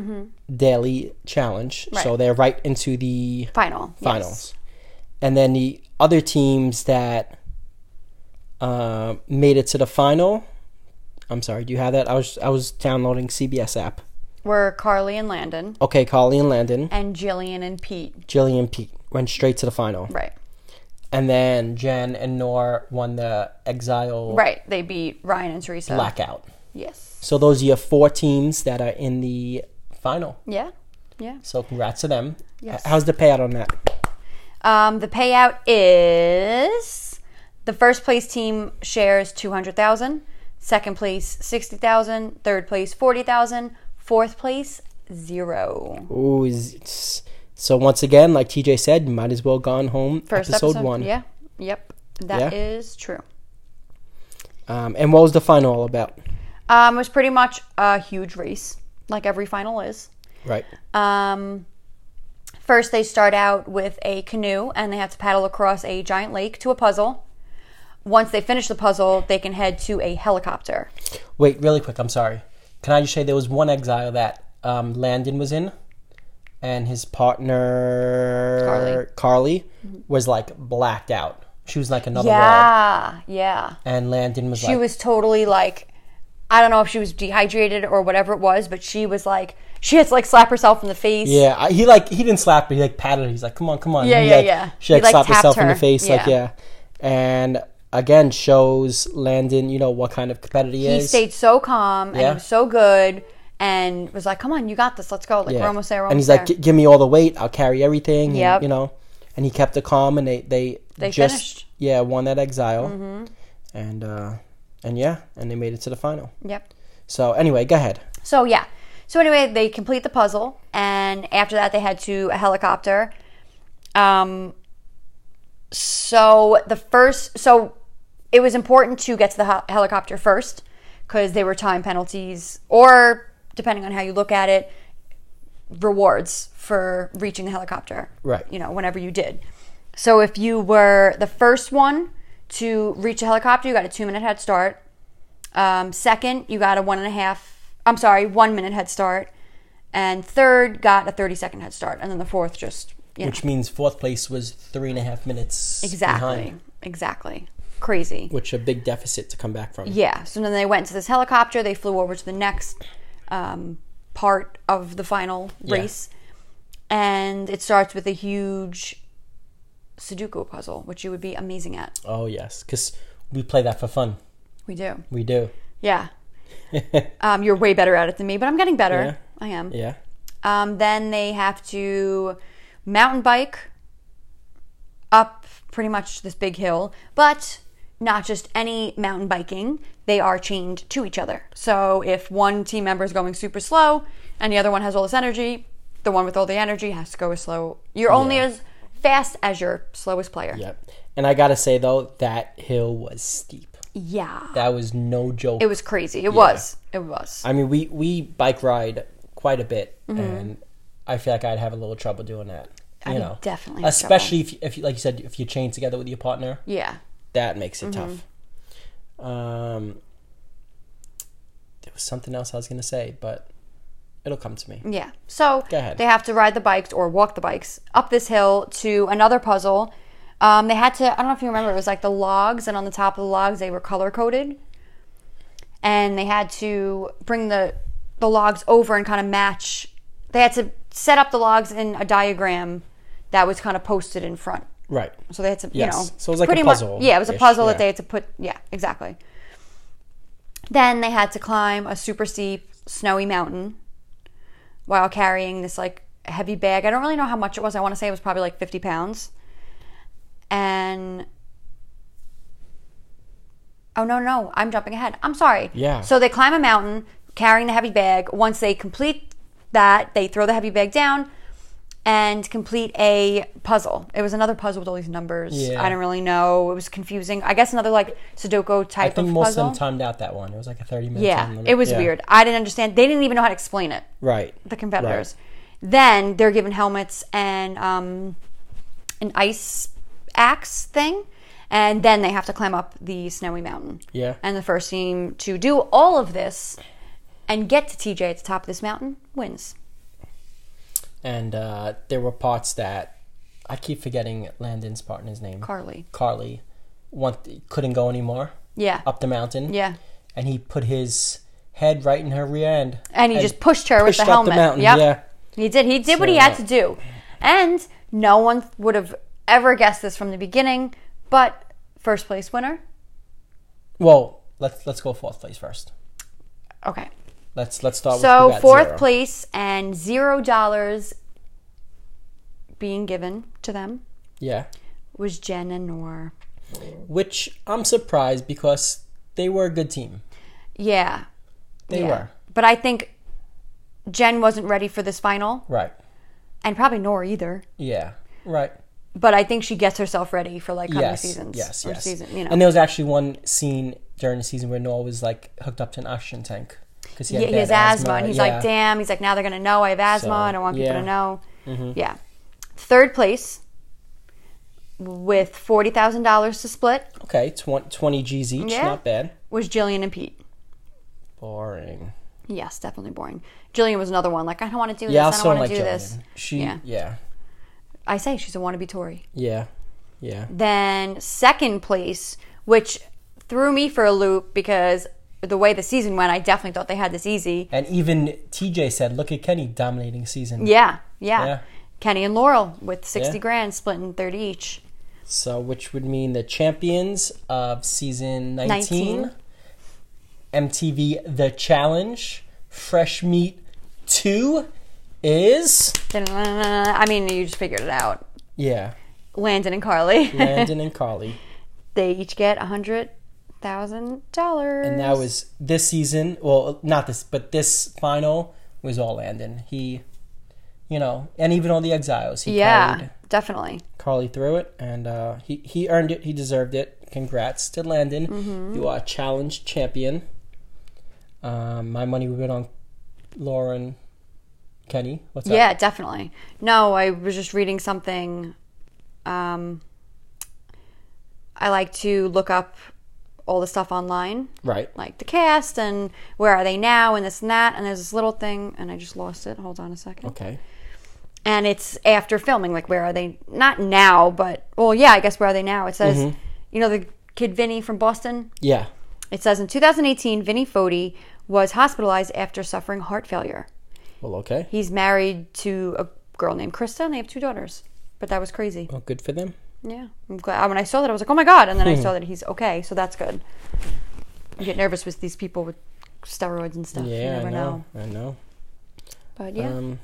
[SPEAKER 1] daily challenge. So
[SPEAKER 2] Mm-hmm. Right.
[SPEAKER 1] they're right into the
[SPEAKER 2] Final. yes.
[SPEAKER 1] finals. And then the other teams that uh, made it to the final. I'm sorry. Do you have that? I was I was downloading CBS app.
[SPEAKER 2] Were Carly and Landon
[SPEAKER 1] Okay, Carly and Landon,
[SPEAKER 2] and Jillian and Pete.
[SPEAKER 1] Jillian and Pete went straight to the final,
[SPEAKER 2] Right.
[SPEAKER 1] and then Jen and Nor won the Exile
[SPEAKER 2] Right. They beat Ryan and Teresa.
[SPEAKER 1] Blackout.
[SPEAKER 2] Yes.
[SPEAKER 1] So those are your four teams that are in the final.
[SPEAKER 2] Yeah. Yeah.
[SPEAKER 1] So congrats to them.
[SPEAKER 2] Yes.
[SPEAKER 1] How's the payout on that?
[SPEAKER 2] Um, the payout is the first place team shares two hundred thousand, second place sixty thousand, third place forty thousand, fourth place zero.
[SPEAKER 1] Ooh, is- it's- so once again, like TJ said, you might as well gone home.
[SPEAKER 2] First
[SPEAKER 1] episode, one.
[SPEAKER 2] Yeah. Yep. That is
[SPEAKER 1] Yeah.
[SPEAKER 2] true.
[SPEAKER 1] Um, and what was the final all about?
[SPEAKER 2] Um, it was pretty much a huge race, like every final is.
[SPEAKER 1] Right.
[SPEAKER 2] Um, first, they start out with a canoe and they have to paddle across a giant lake to a puzzle. Once they finish the puzzle, they can head to a helicopter.
[SPEAKER 1] Wait, really quick. I'm sorry. Can I just say there was one exile that um, Landon was in, and his partner
[SPEAKER 2] Carly.
[SPEAKER 1] Carly was like blacked out. She was like another world,
[SPEAKER 2] Yeah, yeah.
[SPEAKER 1] and Landon was
[SPEAKER 2] She
[SPEAKER 1] Oh, like,
[SPEAKER 2] was totally like, I don't know if she was dehydrated or whatever it was, but she was like, she had to like slap herself in the face.
[SPEAKER 1] yeah. I, he like he didn't slap, but he like patted her. He's like, come on, come on.
[SPEAKER 2] Yeah,
[SPEAKER 1] And he,
[SPEAKER 2] yeah,
[SPEAKER 1] like-
[SPEAKER 2] yeah.
[SPEAKER 1] She
[SPEAKER 2] He,
[SPEAKER 1] like,
[SPEAKER 2] like,
[SPEAKER 1] slapped
[SPEAKER 2] tapped
[SPEAKER 1] herself in the
[SPEAKER 2] her.
[SPEAKER 1] face, like yeah,
[SPEAKER 2] Yeah.
[SPEAKER 1] and again shows Landon, you know what kind of competitor he,
[SPEAKER 2] He
[SPEAKER 1] is.
[SPEAKER 2] stayed so calm and
[SPEAKER 1] Yeah.
[SPEAKER 2] he was so good and was like, come on, you got this. Let's go. Like,
[SPEAKER 1] Yeah.
[SPEAKER 2] we're almost there. We're
[SPEAKER 1] and he's
[SPEAKER 2] almost
[SPEAKER 1] like,
[SPEAKER 2] there.
[SPEAKER 1] "Gi- give me all the weight. I'll carry everything.
[SPEAKER 2] Yep.
[SPEAKER 1] And, you know, and he kept it calm, and they they
[SPEAKER 2] They
[SPEAKER 1] just
[SPEAKER 2] finished. Mm-hmm.
[SPEAKER 1] yeah won that exile, and uh, and yeah, and they made it to the final.
[SPEAKER 2] yep.
[SPEAKER 1] So anyway, go ahead.
[SPEAKER 2] So yeah. So anyway, they complete the puzzle, and after that, they head to a helicopter. Um. So the first, so it was important to get to the hel- helicopter first because they were time penalties, or depending on how you look at it, rewards for reaching the helicopter.
[SPEAKER 1] Right.
[SPEAKER 2] You know, whenever you did. So if you were the first one to reach a helicopter, you got a two-minute head start. Um, second, you got a one and a half. I'm sorry, one minute head start, and third got a thirty second head start, and then the fourth just you know
[SPEAKER 1] Which means fourth place was three and a half minutes
[SPEAKER 2] exactly,
[SPEAKER 1] behind,
[SPEAKER 2] exactly crazy.
[SPEAKER 1] which a big deficit to come back from.
[SPEAKER 2] Yeah. So then they went to this helicopter. They flew over to the next um, part of the final
[SPEAKER 1] Yeah.
[SPEAKER 2] race. And it starts with a huge Sudoku puzzle, which you would be amazing at.
[SPEAKER 1] Oh yes, because we play that for fun.
[SPEAKER 2] We do.
[SPEAKER 1] We do. [LAUGHS]
[SPEAKER 2] Yeah. um, you're way better at it than me, but I'm getting better.
[SPEAKER 1] Yeah.
[SPEAKER 2] I am.
[SPEAKER 1] Yeah.
[SPEAKER 2] Um, then they have to mountain bike up pretty much this big hill, but not just any mountain biking. They are chained to each other. So if one team member is going super slow and the other one has all this energy, the one with all the energy has to go as slow. You're only
[SPEAKER 1] Yeah.
[SPEAKER 2] as fast as your slowest player.
[SPEAKER 1] Yep. And I gotta say though, that hill was steep.
[SPEAKER 2] Yeah.
[SPEAKER 1] That was no joke.
[SPEAKER 2] It was crazy. It was. It was.
[SPEAKER 1] I mean, we we bike ride quite a bit,
[SPEAKER 2] Mm-hmm.
[SPEAKER 1] and I feel like I'd have a little trouble doing that. You
[SPEAKER 2] would
[SPEAKER 1] know,
[SPEAKER 2] definitely have trouble.
[SPEAKER 1] especially if you- if you, like you said, if you chain together with your partner,
[SPEAKER 2] yeah. Mm-hmm.
[SPEAKER 1] that makes it tough. Um, there was something else I was gonna say, but it'll come to me.
[SPEAKER 2] Yeah. So
[SPEAKER 1] Go ahead.
[SPEAKER 2] they have to ride the bikes or walk the bikes up this hill to another puzzle. Um, they had to, I don't know if you remember, it was like the logs, and on the top of the logs, they were color coded. And they had to bring the, the logs over and kind of match. They had to set up the logs in a diagram that was kind of posted in front.
[SPEAKER 1] Right.
[SPEAKER 2] So they had to,
[SPEAKER 1] Yes.
[SPEAKER 2] you know,
[SPEAKER 1] So it was like a
[SPEAKER 2] pretty much-
[SPEAKER 1] puzzle
[SPEAKER 2] yeah, it was a
[SPEAKER 1] ish,
[SPEAKER 2] puzzle
[SPEAKER 1] yeah.
[SPEAKER 2] that they had to put. Yeah, exactly. Then they had to climb a super steep, snowy mountain while carrying this like heavy bag. I don't really know how much it was. I want to say it was probably like fifty pounds. And oh no, no, I'm jumping ahead. I'm sorry.
[SPEAKER 1] Yeah.
[SPEAKER 2] So they climb a mountain carrying the heavy bag. Once they complete that, they throw the heavy bag down and complete a puzzle. It was another puzzle with all these numbers.
[SPEAKER 1] Yeah.
[SPEAKER 2] I don't really know. It was confusing. I guess another like Sudoku
[SPEAKER 1] I
[SPEAKER 2] type
[SPEAKER 1] think
[SPEAKER 2] of
[SPEAKER 1] most
[SPEAKER 2] puzzle.
[SPEAKER 1] of them timed out that one. It was like a thirty-minute. time
[SPEAKER 2] yeah,
[SPEAKER 1] limit.
[SPEAKER 2] it was
[SPEAKER 1] Yeah.
[SPEAKER 2] weird. I didn't understand. They didn't even know how to explain it.
[SPEAKER 1] Right.
[SPEAKER 2] The competitors. Then they're given helmets and um, an ice axe thing, and then they have to climb up the snowy mountain.
[SPEAKER 1] Yeah.
[SPEAKER 2] And the first team to do all of this and get to TJ at the top of this mountain wins.
[SPEAKER 1] and uh, there were parts that I keep forgetting Landon's partner's name.
[SPEAKER 2] Carly.
[SPEAKER 1] Carly, want, couldn't go anymore
[SPEAKER 2] Yeah.
[SPEAKER 1] up the mountain.
[SPEAKER 2] Yeah.
[SPEAKER 1] and he put his head right in her rear end,
[SPEAKER 2] And he just pushed her with
[SPEAKER 1] pushed
[SPEAKER 2] the
[SPEAKER 1] up
[SPEAKER 2] helmet.
[SPEAKER 1] the mountain.
[SPEAKER 2] Yep.
[SPEAKER 1] Yeah,
[SPEAKER 2] He did. He did what
[SPEAKER 1] So,
[SPEAKER 2] he had
[SPEAKER 1] yeah.
[SPEAKER 2] to do. And no one would have ever guessed this from the beginning, but first place winner.
[SPEAKER 1] well, let's let's go fourth place first.
[SPEAKER 2] Okay.
[SPEAKER 1] Let's let's start. with
[SPEAKER 2] So
[SPEAKER 1] who got
[SPEAKER 2] fourth
[SPEAKER 1] zero.
[SPEAKER 2] place and zero dollars being given to them
[SPEAKER 1] Yeah,
[SPEAKER 2] was Jen and Nor.
[SPEAKER 1] which I'm surprised because they were a good team.
[SPEAKER 2] Yeah.
[SPEAKER 1] They
[SPEAKER 2] yeah.
[SPEAKER 1] were
[SPEAKER 2] But I think Jen wasn't ready for this final,
[SPEAKER 1] right.
[SPEAKER 2] and probably Nor either.
[SPEAKER 1] Yeah, right.
[SPEAKER 2] But I think she gets herself ready for like coming
[SPEAKER 1] yes,
[SPEAKER 2] seasons.
[SPEAKER 1] yes,
[SPEAKER 2] or
[SPEAKER 1] yes.
[SPEAKER 2] Season, you know.
[SPEAKER 1] And there was actually one scene during the season where Noah was like hooked up to an oxygen tank because he had
[SPEAKER 2] yeah, he
[SPEAKER 1] bad
[SPEAKER 2] has asthma, and he's like,
[SPEAKER 1] yeah.
[SPEAKER 2] "Damn!" He's like, "Now they're gonna know I have asthma,
[SPEAKER 1] So,
[SPEAKER 2] and I want people
[SPEAKER 1] yeah. Mm-hmm.
[SPEAKER 2] to know." Yeah. Third place with forty thousand dollars to split
[SPEAKER 1] Okay, tw- 20 G's each,
[SPEAKER 2] Yeah.
[SPEAKER 1] not bad.
[SPEAKER 2] was Jillian and Pete.
[SPEAKER 1] Boring.
[SPEAKER 2] Yes, definitely boring. Jillian was another one. Like, I don't want to do
[SPEAKER 1] Yeah, I
[SPEAKER 2] this. I
[SPEAKER 1] still
[SPEAKER 2] don't
[SPEAKER 1] like
[SPEAKER 2] want to do
[SPEAKER 1] Jillian.
[SPEAKER 2] this.
[SPEAKER 1] She,
[SPEAKER 2] Yeah.
[SPEAKER 1] yeah. yeah,
[SPEAKER 2] I say she's a wannabe Tory.
[SPEAKER 1] yeah, yeah,
[SPEAKER 2] Then second place, which threw me for a loop because the way the season went, I definitely thought they had this easy.
[SPEAKER 1] And even TJ said, "Look at Kenny dominating season."
[SPEAKER 2] Yeah, yeah.
[SPEAKER 1] Yeah.
[SPEAKER 2] Kenny and Laurel with sixty
[SPEAKER 1] Yeah.
[SPEAKER 2] grand, splitting thirty each.
[SPEAKER 1] So, which would mean the champions of season 19,
[SPEAKER 2] 19.
[SPEAKER 1] MTV The Challenge, Fresh Meat Two, is
[SPEAKER 2] I mean, you just figured it out.
[SPEAKER 1] yeah,
[SPEAKER 2] Landon and Carly. [LAUGHS]
[SPEAKER 1] Brandon and Carly.
[SPEAKER 2] they each get a hundred thousand dollars.
[SPEAKER 1] And that was this season. Well, not this, but this final was all Landon. He, you know, and even all the exiles. He
[SPEAKER 2] yeah,
[SPEAKER 1] carried
[SPEAKER 2] definitely.
[SPEAKER 1] Carly through it, and uh, he he earned it. He deserved it. Congrats to Landon.
[SPEAKER 2] Mm-hmm.
[SPEAKER 1] You are challenge champion. Um, my money would have been on Lauren, Kenny. What's up?
[SPEAKER 2] Yeah, definitely. No, I was just reading something. Um, I like to look up all the stuff online,
[SPEAKER 1] Right.
[SPEAKER 2] like the cast and where are they now and this and that. And there's this little thing, and I just lost it. Hold on a second.
[SPEAKER 1] Okay.
[SPEAKER 2] and it's after filming. Like, where are they? Not now, but well, yeah, I guess where are they now? It says,
[SPEAKER 1] Mm-hmm.
[SPEAKER 2] you know, the kid Vinny from Boston.
[SPEAKER 1] Yeah.
[SPEAKER 2] It says in 2018, Vinny Fodi was hospitalized after suffering heart failure.
[SPEAKER 1] Well, okay.
[SPEAKER 2] He's married to a girl named Krista, and they have two daughters. But that was crazy.
[SPEAKER 1] Well, good for them.
[SPEAKER 2] Yeah, I'm glad. When I saw that, I was like, "Oh my god!" And then
[SPEAKER 1] Hmm.
[SPEAKER 2] I saw that he's okay, so that's good. You get nervous with these people with steroids and stuff. you
[SPEAKER 1] Yeah,
[SPEAKER 2] never
[SPEAKER 1] I
[SPEAKER 2] know.
[SPEAKER 1] know. I know.
[SPEAKER 2] But yeah,
[SPEAKER 1] Um,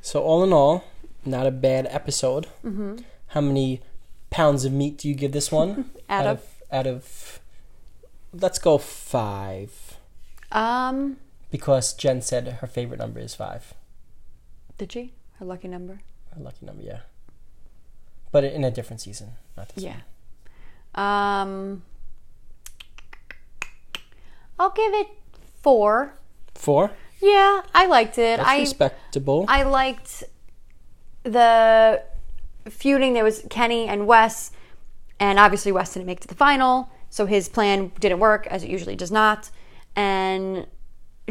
[SPEAKER 1] so all in all, not a bad episode. Mm-hmm. How many pounds of meat do you give this
[SPEAKER 2] [LAUGHS]
[SPEAKER 1] one?
[SPEAKER 2] Out of?
[SPEAKER 1] out of let's go five Uh,
[SPEAKER 2] um,
[SPEAKER 1] because Jen said her favorite number is five.
[SPEAKER 2] did she? Her lucky number.
[SPEAKER 1] Her lucky number, yeah. But in a different season, not this
[SPEAKER 2] Yeah. Um, I'll give it four.
[SPEAKER 1] Four.
[SPEAKER 2] Yeah, I liked it.
[SPEAKER 1] That's
[SPEAKER 2] I
[SPEAKER 1] respectable.
[SPEAKER 2] I liked the feuding. There was Kenny and Wes, and obviously Wes didn't make it to the final, so his plan didn't work as it usually does not. And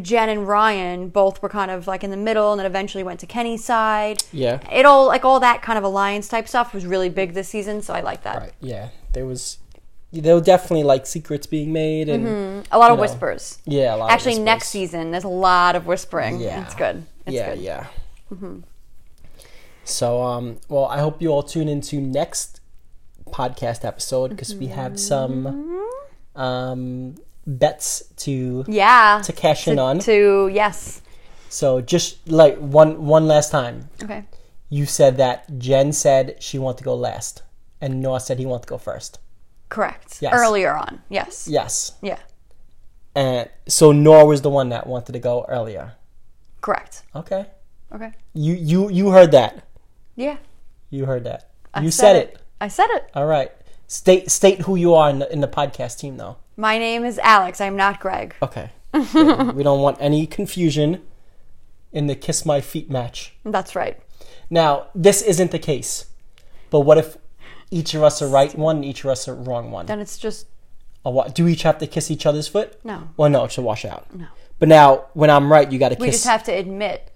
[SPEAKER 2] Jen and Ryan both were kind of like in the middle, and then eventually went to Kenny's side.
[SPEAKER 1] Yeah.
[SPEAKER 2] it all like all that kind of alliance type stuff was really big this season, so I like that.
[SPEAKER 1] right. Yeah. There was. There were definitely like secrets being made and
[SPEAKER 2] A lot of
[SPEAKER 1] know,
[SPEAKER 2] whispers.
[SPEAKER 1] yeah. A lot of
[SPEAKER 2] Mm-hmm. Actually,
[SPEAKER 1] whispers.
[SPEAKER 2] next season there's a lot of whispering.
[SPEAKER 1] Yeah.
[SPEAKER 2] it's good. It's
[SPEAKER 1] yeah,
[SPEAKER 2] good.
[SPEAKER 1] yeah. So, um, well, I hope you all tune into next podcast episode because we have some um, bets to
[SPEAKER 2] Yeah.
[SPEAKER 1] to cash in on.
[SPEAKER 2] to yes.
[SPEAKER 1] So, just like one one last time,
[SPEAKER 2] Okay.
[SPEAKER 1] you said that Jen said she wanted to go last, and Noah said he wanted to go first.
[SPEAKER 2] Correct.
[SPEAKER 1] Yes.
[SPEAKER 2] Earlier on. Yes.
[SPEAKER 1] Yes,
[SPEAKER 2] Yeah.
[SPEAKER 1] and so Noah was the one that wanted to go earlier.
[SPEAKER 2] Correct.
[SPEAKER 1] Okay,
[SPEAKER 2] Okay.
[SPEAKER 1] you you you heard that.
[SPEAKER 2] Yeah.
[SPEAKER 1] You heard that. you said, it.
[SPEAKER 2] I said it.
[SPEAKER 1] All right. State state who you are in the, in the podcast team, though.
[SPEAKER 2] My name is Alex. I'm not Greg.
[SPEAKER 1] Okay. we don't want any confusion in the kiss my feet match.
[SPEAKER 2] That's right.
[SPEAKER 1] Now, this isn't the case, but what if each of us are right one and each of us are wrong one?
[SPEAKER 2] Then it's just
[SPEAKER 1] Or what- Do we each have to kiss each other's foot?
[SPEAKER 2] No.
[SPEAKER 1] Well, no, it should wash out. No. But now, when I'm right, you got to kiss.
[SPEAKER 2] we just have to admit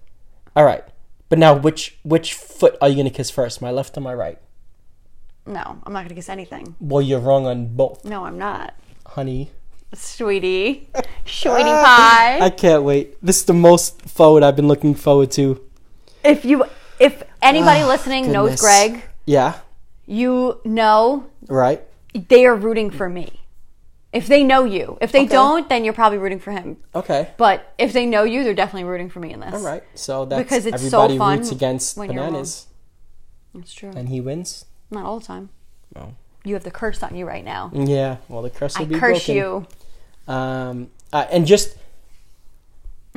[SPEAKER 1] All right. But now, which which foot are you gonna kiss first? My left or my right?
[SPEAKER 2] no. I'm not gonna kiss anything.
[SPEAKER 1] Well, you're wrong on both,
[SPEAKER 2] No, I'm not,
[SPEAKER 1] honey. [LAUGHS]
[SPEAKER 2] sweetie. Sweetie pie.
[SPEAKER 1] I can't wait. This is the most forward I've been looking forward to.
[SPEAKER 2] if you, if anybody listening knows
[SPEAKER 1] Ah, goodness.
[SPEAKER 2] Greg,
[SPEAKER 1] Yeah.
[SPEAKER 2] you know
[SPEAKER 1] Right.
[SPEAKER 2] they are rooting for me. If they know you, if they don't, then you're probably rooting for him.
[SPEAKER 1] Okay.
[SPEAKER 2] But if they know you, they're definitely rooting for me in this.
[SPEAKER 1] All right. So that's
[SPEAKER 2] Because it's so
[SPEAKER 1] everybody
[SPEAKER 2] fun
[SPEAKER 1] roots against
[SPEAKER 2] when you're wrong.
[SPEAKER 1] bananas,
[SPEAKER 2] That's true.
[SPEAKER 1] and he wins.
[SPEAKER 2] Not all the time.
[SPEAKER 1] No.
[SPEAKER 2] You have the curse on you right now.
[SPEAKER 1] Yeah. Well, the curse will
[SPEAKER 2] I
[SPEAKER 1] be
[SPEAKER 2] curse
[SPEAKER 1] broken.
[SPEAKER 2] you.
[SPEAKER 1] Um, uh, and just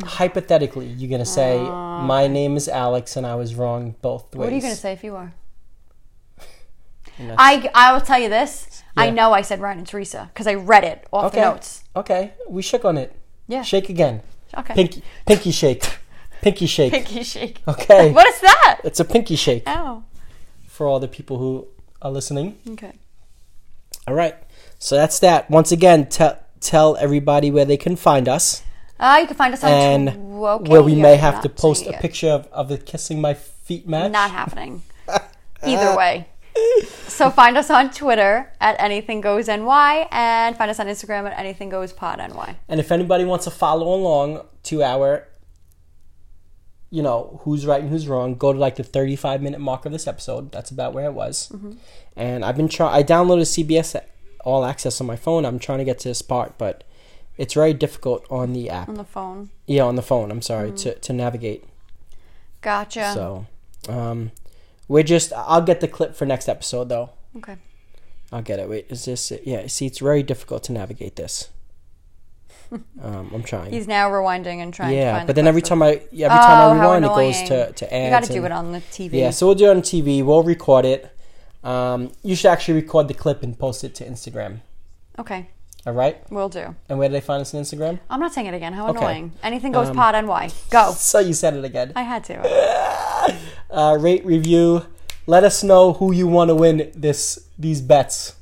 [SPEAKER 1] hypothetically, you're gonna say, "My name is Alex, and I was wrong both ways."
[SPEAKER 2] What are you going to say if you
[SPEAKER 1] [LAUGHS]
[SPEAKER 2] are?
[SPEAKER 1] And that's-
[SPEAKER 2] I, I will tell you this. I
[SPEAKER 1] Yeah.
[SPEAKER 2] know I said Ryan and Teresa because I read it off
[SPEAKER 1] Okay.
[SPEAKER 2] the notes.
[SPEAKER 1] Okay. We shook on it.
[SPEAKER 2] Yeah.
[SPEAKER 1] Shake again.
[SPEAKER 2] Okay.
[SPEAKER 1] Pinky, pinky
[SPEAKER 2] [LAUGHS]
[SPEAKER 1] shake. Pinky shake.
[SPEAKER 2] Pinky shake.
[SPEAKER 1] Okay.
[SPEAKER 2] [LAUGHS] What
[SPEAKER 1] [LAUGHS]
[SPEAKER 2] is that?
[SPEAKER 1] It's a pinky shake
[SPEAKER 2] Oh.
[SPEAKER 1] for all the people who are listening.
[SPEAKER 2] Okay.
[SPEAKER 1] All right. So that's that. Once again, tell tell everybody where they can find us.
[SPEAKER 2] Uh, you can find us on
[SPEAKER 1] and
[SPEAKER 2] Tw- okay,
[SPEAKER 1] where we
[SPEAKER 2] yeah,
[SPEAKER 1] may
[SPEAKER 2] we're
[SPEAKER 1] have
[SPEAKER 2] not
[SPEAKER 1] to post
[SPEAKER 2] saying
[SPEAKER 1] a
[SPEAKER 2] it.
[SPEAKER 1] picture of, of the kissing my feet match.
[SPEAKER 2] Not [LAUGHS] happening. Either way. So find us on Twitter at anything goes NY and find us on Instagram at anything goes pod NY.
[SPEAKER 1] and if anybody wants to follow along to our, you know, who's right and who's wrong, go to like the 35 minute mark of this episode. That's about where it was.
[SPEAKER 2] Mm-hmm.
[SPEAKER 1] And I've been trying, I downloaded CBS All Access on my phone. I'm trying to get to this part, but it's very difficult on the app.
[SPEAKER 2] On the phone.
[SPEAKER 1] Yeah, on the phone, I'm sorry,
[SPEAKER 2] Mm-hmm.
[SPEAKER 1] to, to navigate.
[SPEAKER 2] Gotcha.
[SPEAKER 1] So, um, we're just, I'll get the clip for next episode though.
[SPEAKER 2] Okay.
[SPEAKER 1] I'll get it. Wait, is this it? Yeah, see, it's very difficult to navigate
[SPEAKER 2] [LAUGHS]
[SPEAKER 1] this. um, I'm trying.
[SPEAKER 2] He's now rewinding and trying to
[SPEAKER 1] yeah,
[SPEAKER 2] find
[SPEAKER 1] but
[SPEAKER 2] the
[SPEAKER 1] then every
[SPEAKER 2] clip.
[SPEAKER 1] time I yeah, every time
[SPEAKER 2] Oh, how
[SPEAKER 1] I rewind, it goes to
[SPEAKER 2] annoying.
[SPEAKER 1] to ads.
[SPEAKER 2] You got to do
[SPEAKER 1] and-
[SPEAKER 2] it on the TV.
[SPEAKER 1] Yeah, so we'll do it on TV. We'll record it. Um, you should actually record the clip and post it to Instagram.
[SPEAKER 2] Okay,
[SPEAKER 1] All right.
[SPEAKER 2] we'll do.
[SPEAKER 1] And where do they find us on Instagram? [LAUGHS]
[SPEAKER 2] I'm not saying it again. How
[SPEAKER 1] Okay. Um,
[SPEAKER 2] annoying. Anything goes pod NY. Go.
[SPEAKER 1] So you said it again.
[SPEAKER 2] I had
[SPEAKER 1] [LAUGHS]
[SPEAKER 2] to.
[SPEAKER 1] Uh, rate, review. Let us know who you want to win this these bets.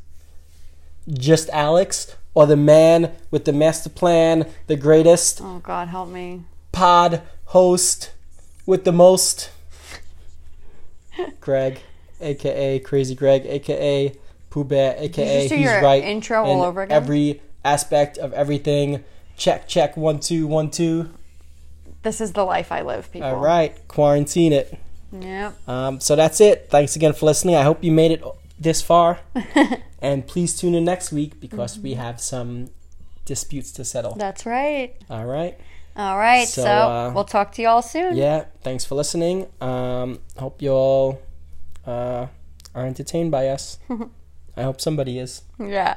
[SPEAKER 1] Just Alex or the man with the master plan, the greatest.
[SPEAKER 2] Oh God, help me.
[SPEAKER 1] pod host with the most Greg, aka Crazy Greg, aka Pooh Bear, aka
[SPEAKER 2] just do
[SPEAKER 1] he's
[SPEAKER 2] your
[SPEAKER 1] right
[SPEAKER 2] intro all
[SPEAKER 1] in
[SPEAKER 2] over again?
[SPEAKER 1] Every aspect of everything. Check, check, one, two, one, two.
[SPEAKER 2] This is the life I live, people.
[SPEAKER 1] All right, quarantine it.
[SPEAKER 2] Yep.
[SPEAKER 1] Um, so that's it. Thanks again for listening. I hope you made it this far. and please tune in next week because we have some disputes to settle.
[SPEAKER 2] That's right.
[SPEAKER 1] All right.
[SPEAKER 2] All right.
[SPEAKER 1] So,
[SPEAKER 2] So,
[SPEAKER 1] uh,
[SPEAKER 2] we'll talk to y'all soon.
[SPEAKER 1] Yeah, thanks for listening. Um, hope you all uh, are entertained by us. I hope somebody is.
[SPEAKER 2] yeah.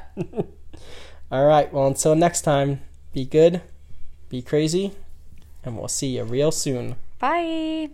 [SPEAKER 1] All right. Well, until next time, be good, be crazy, and we'll see you real soon.
[SPEAKER 2] Bye.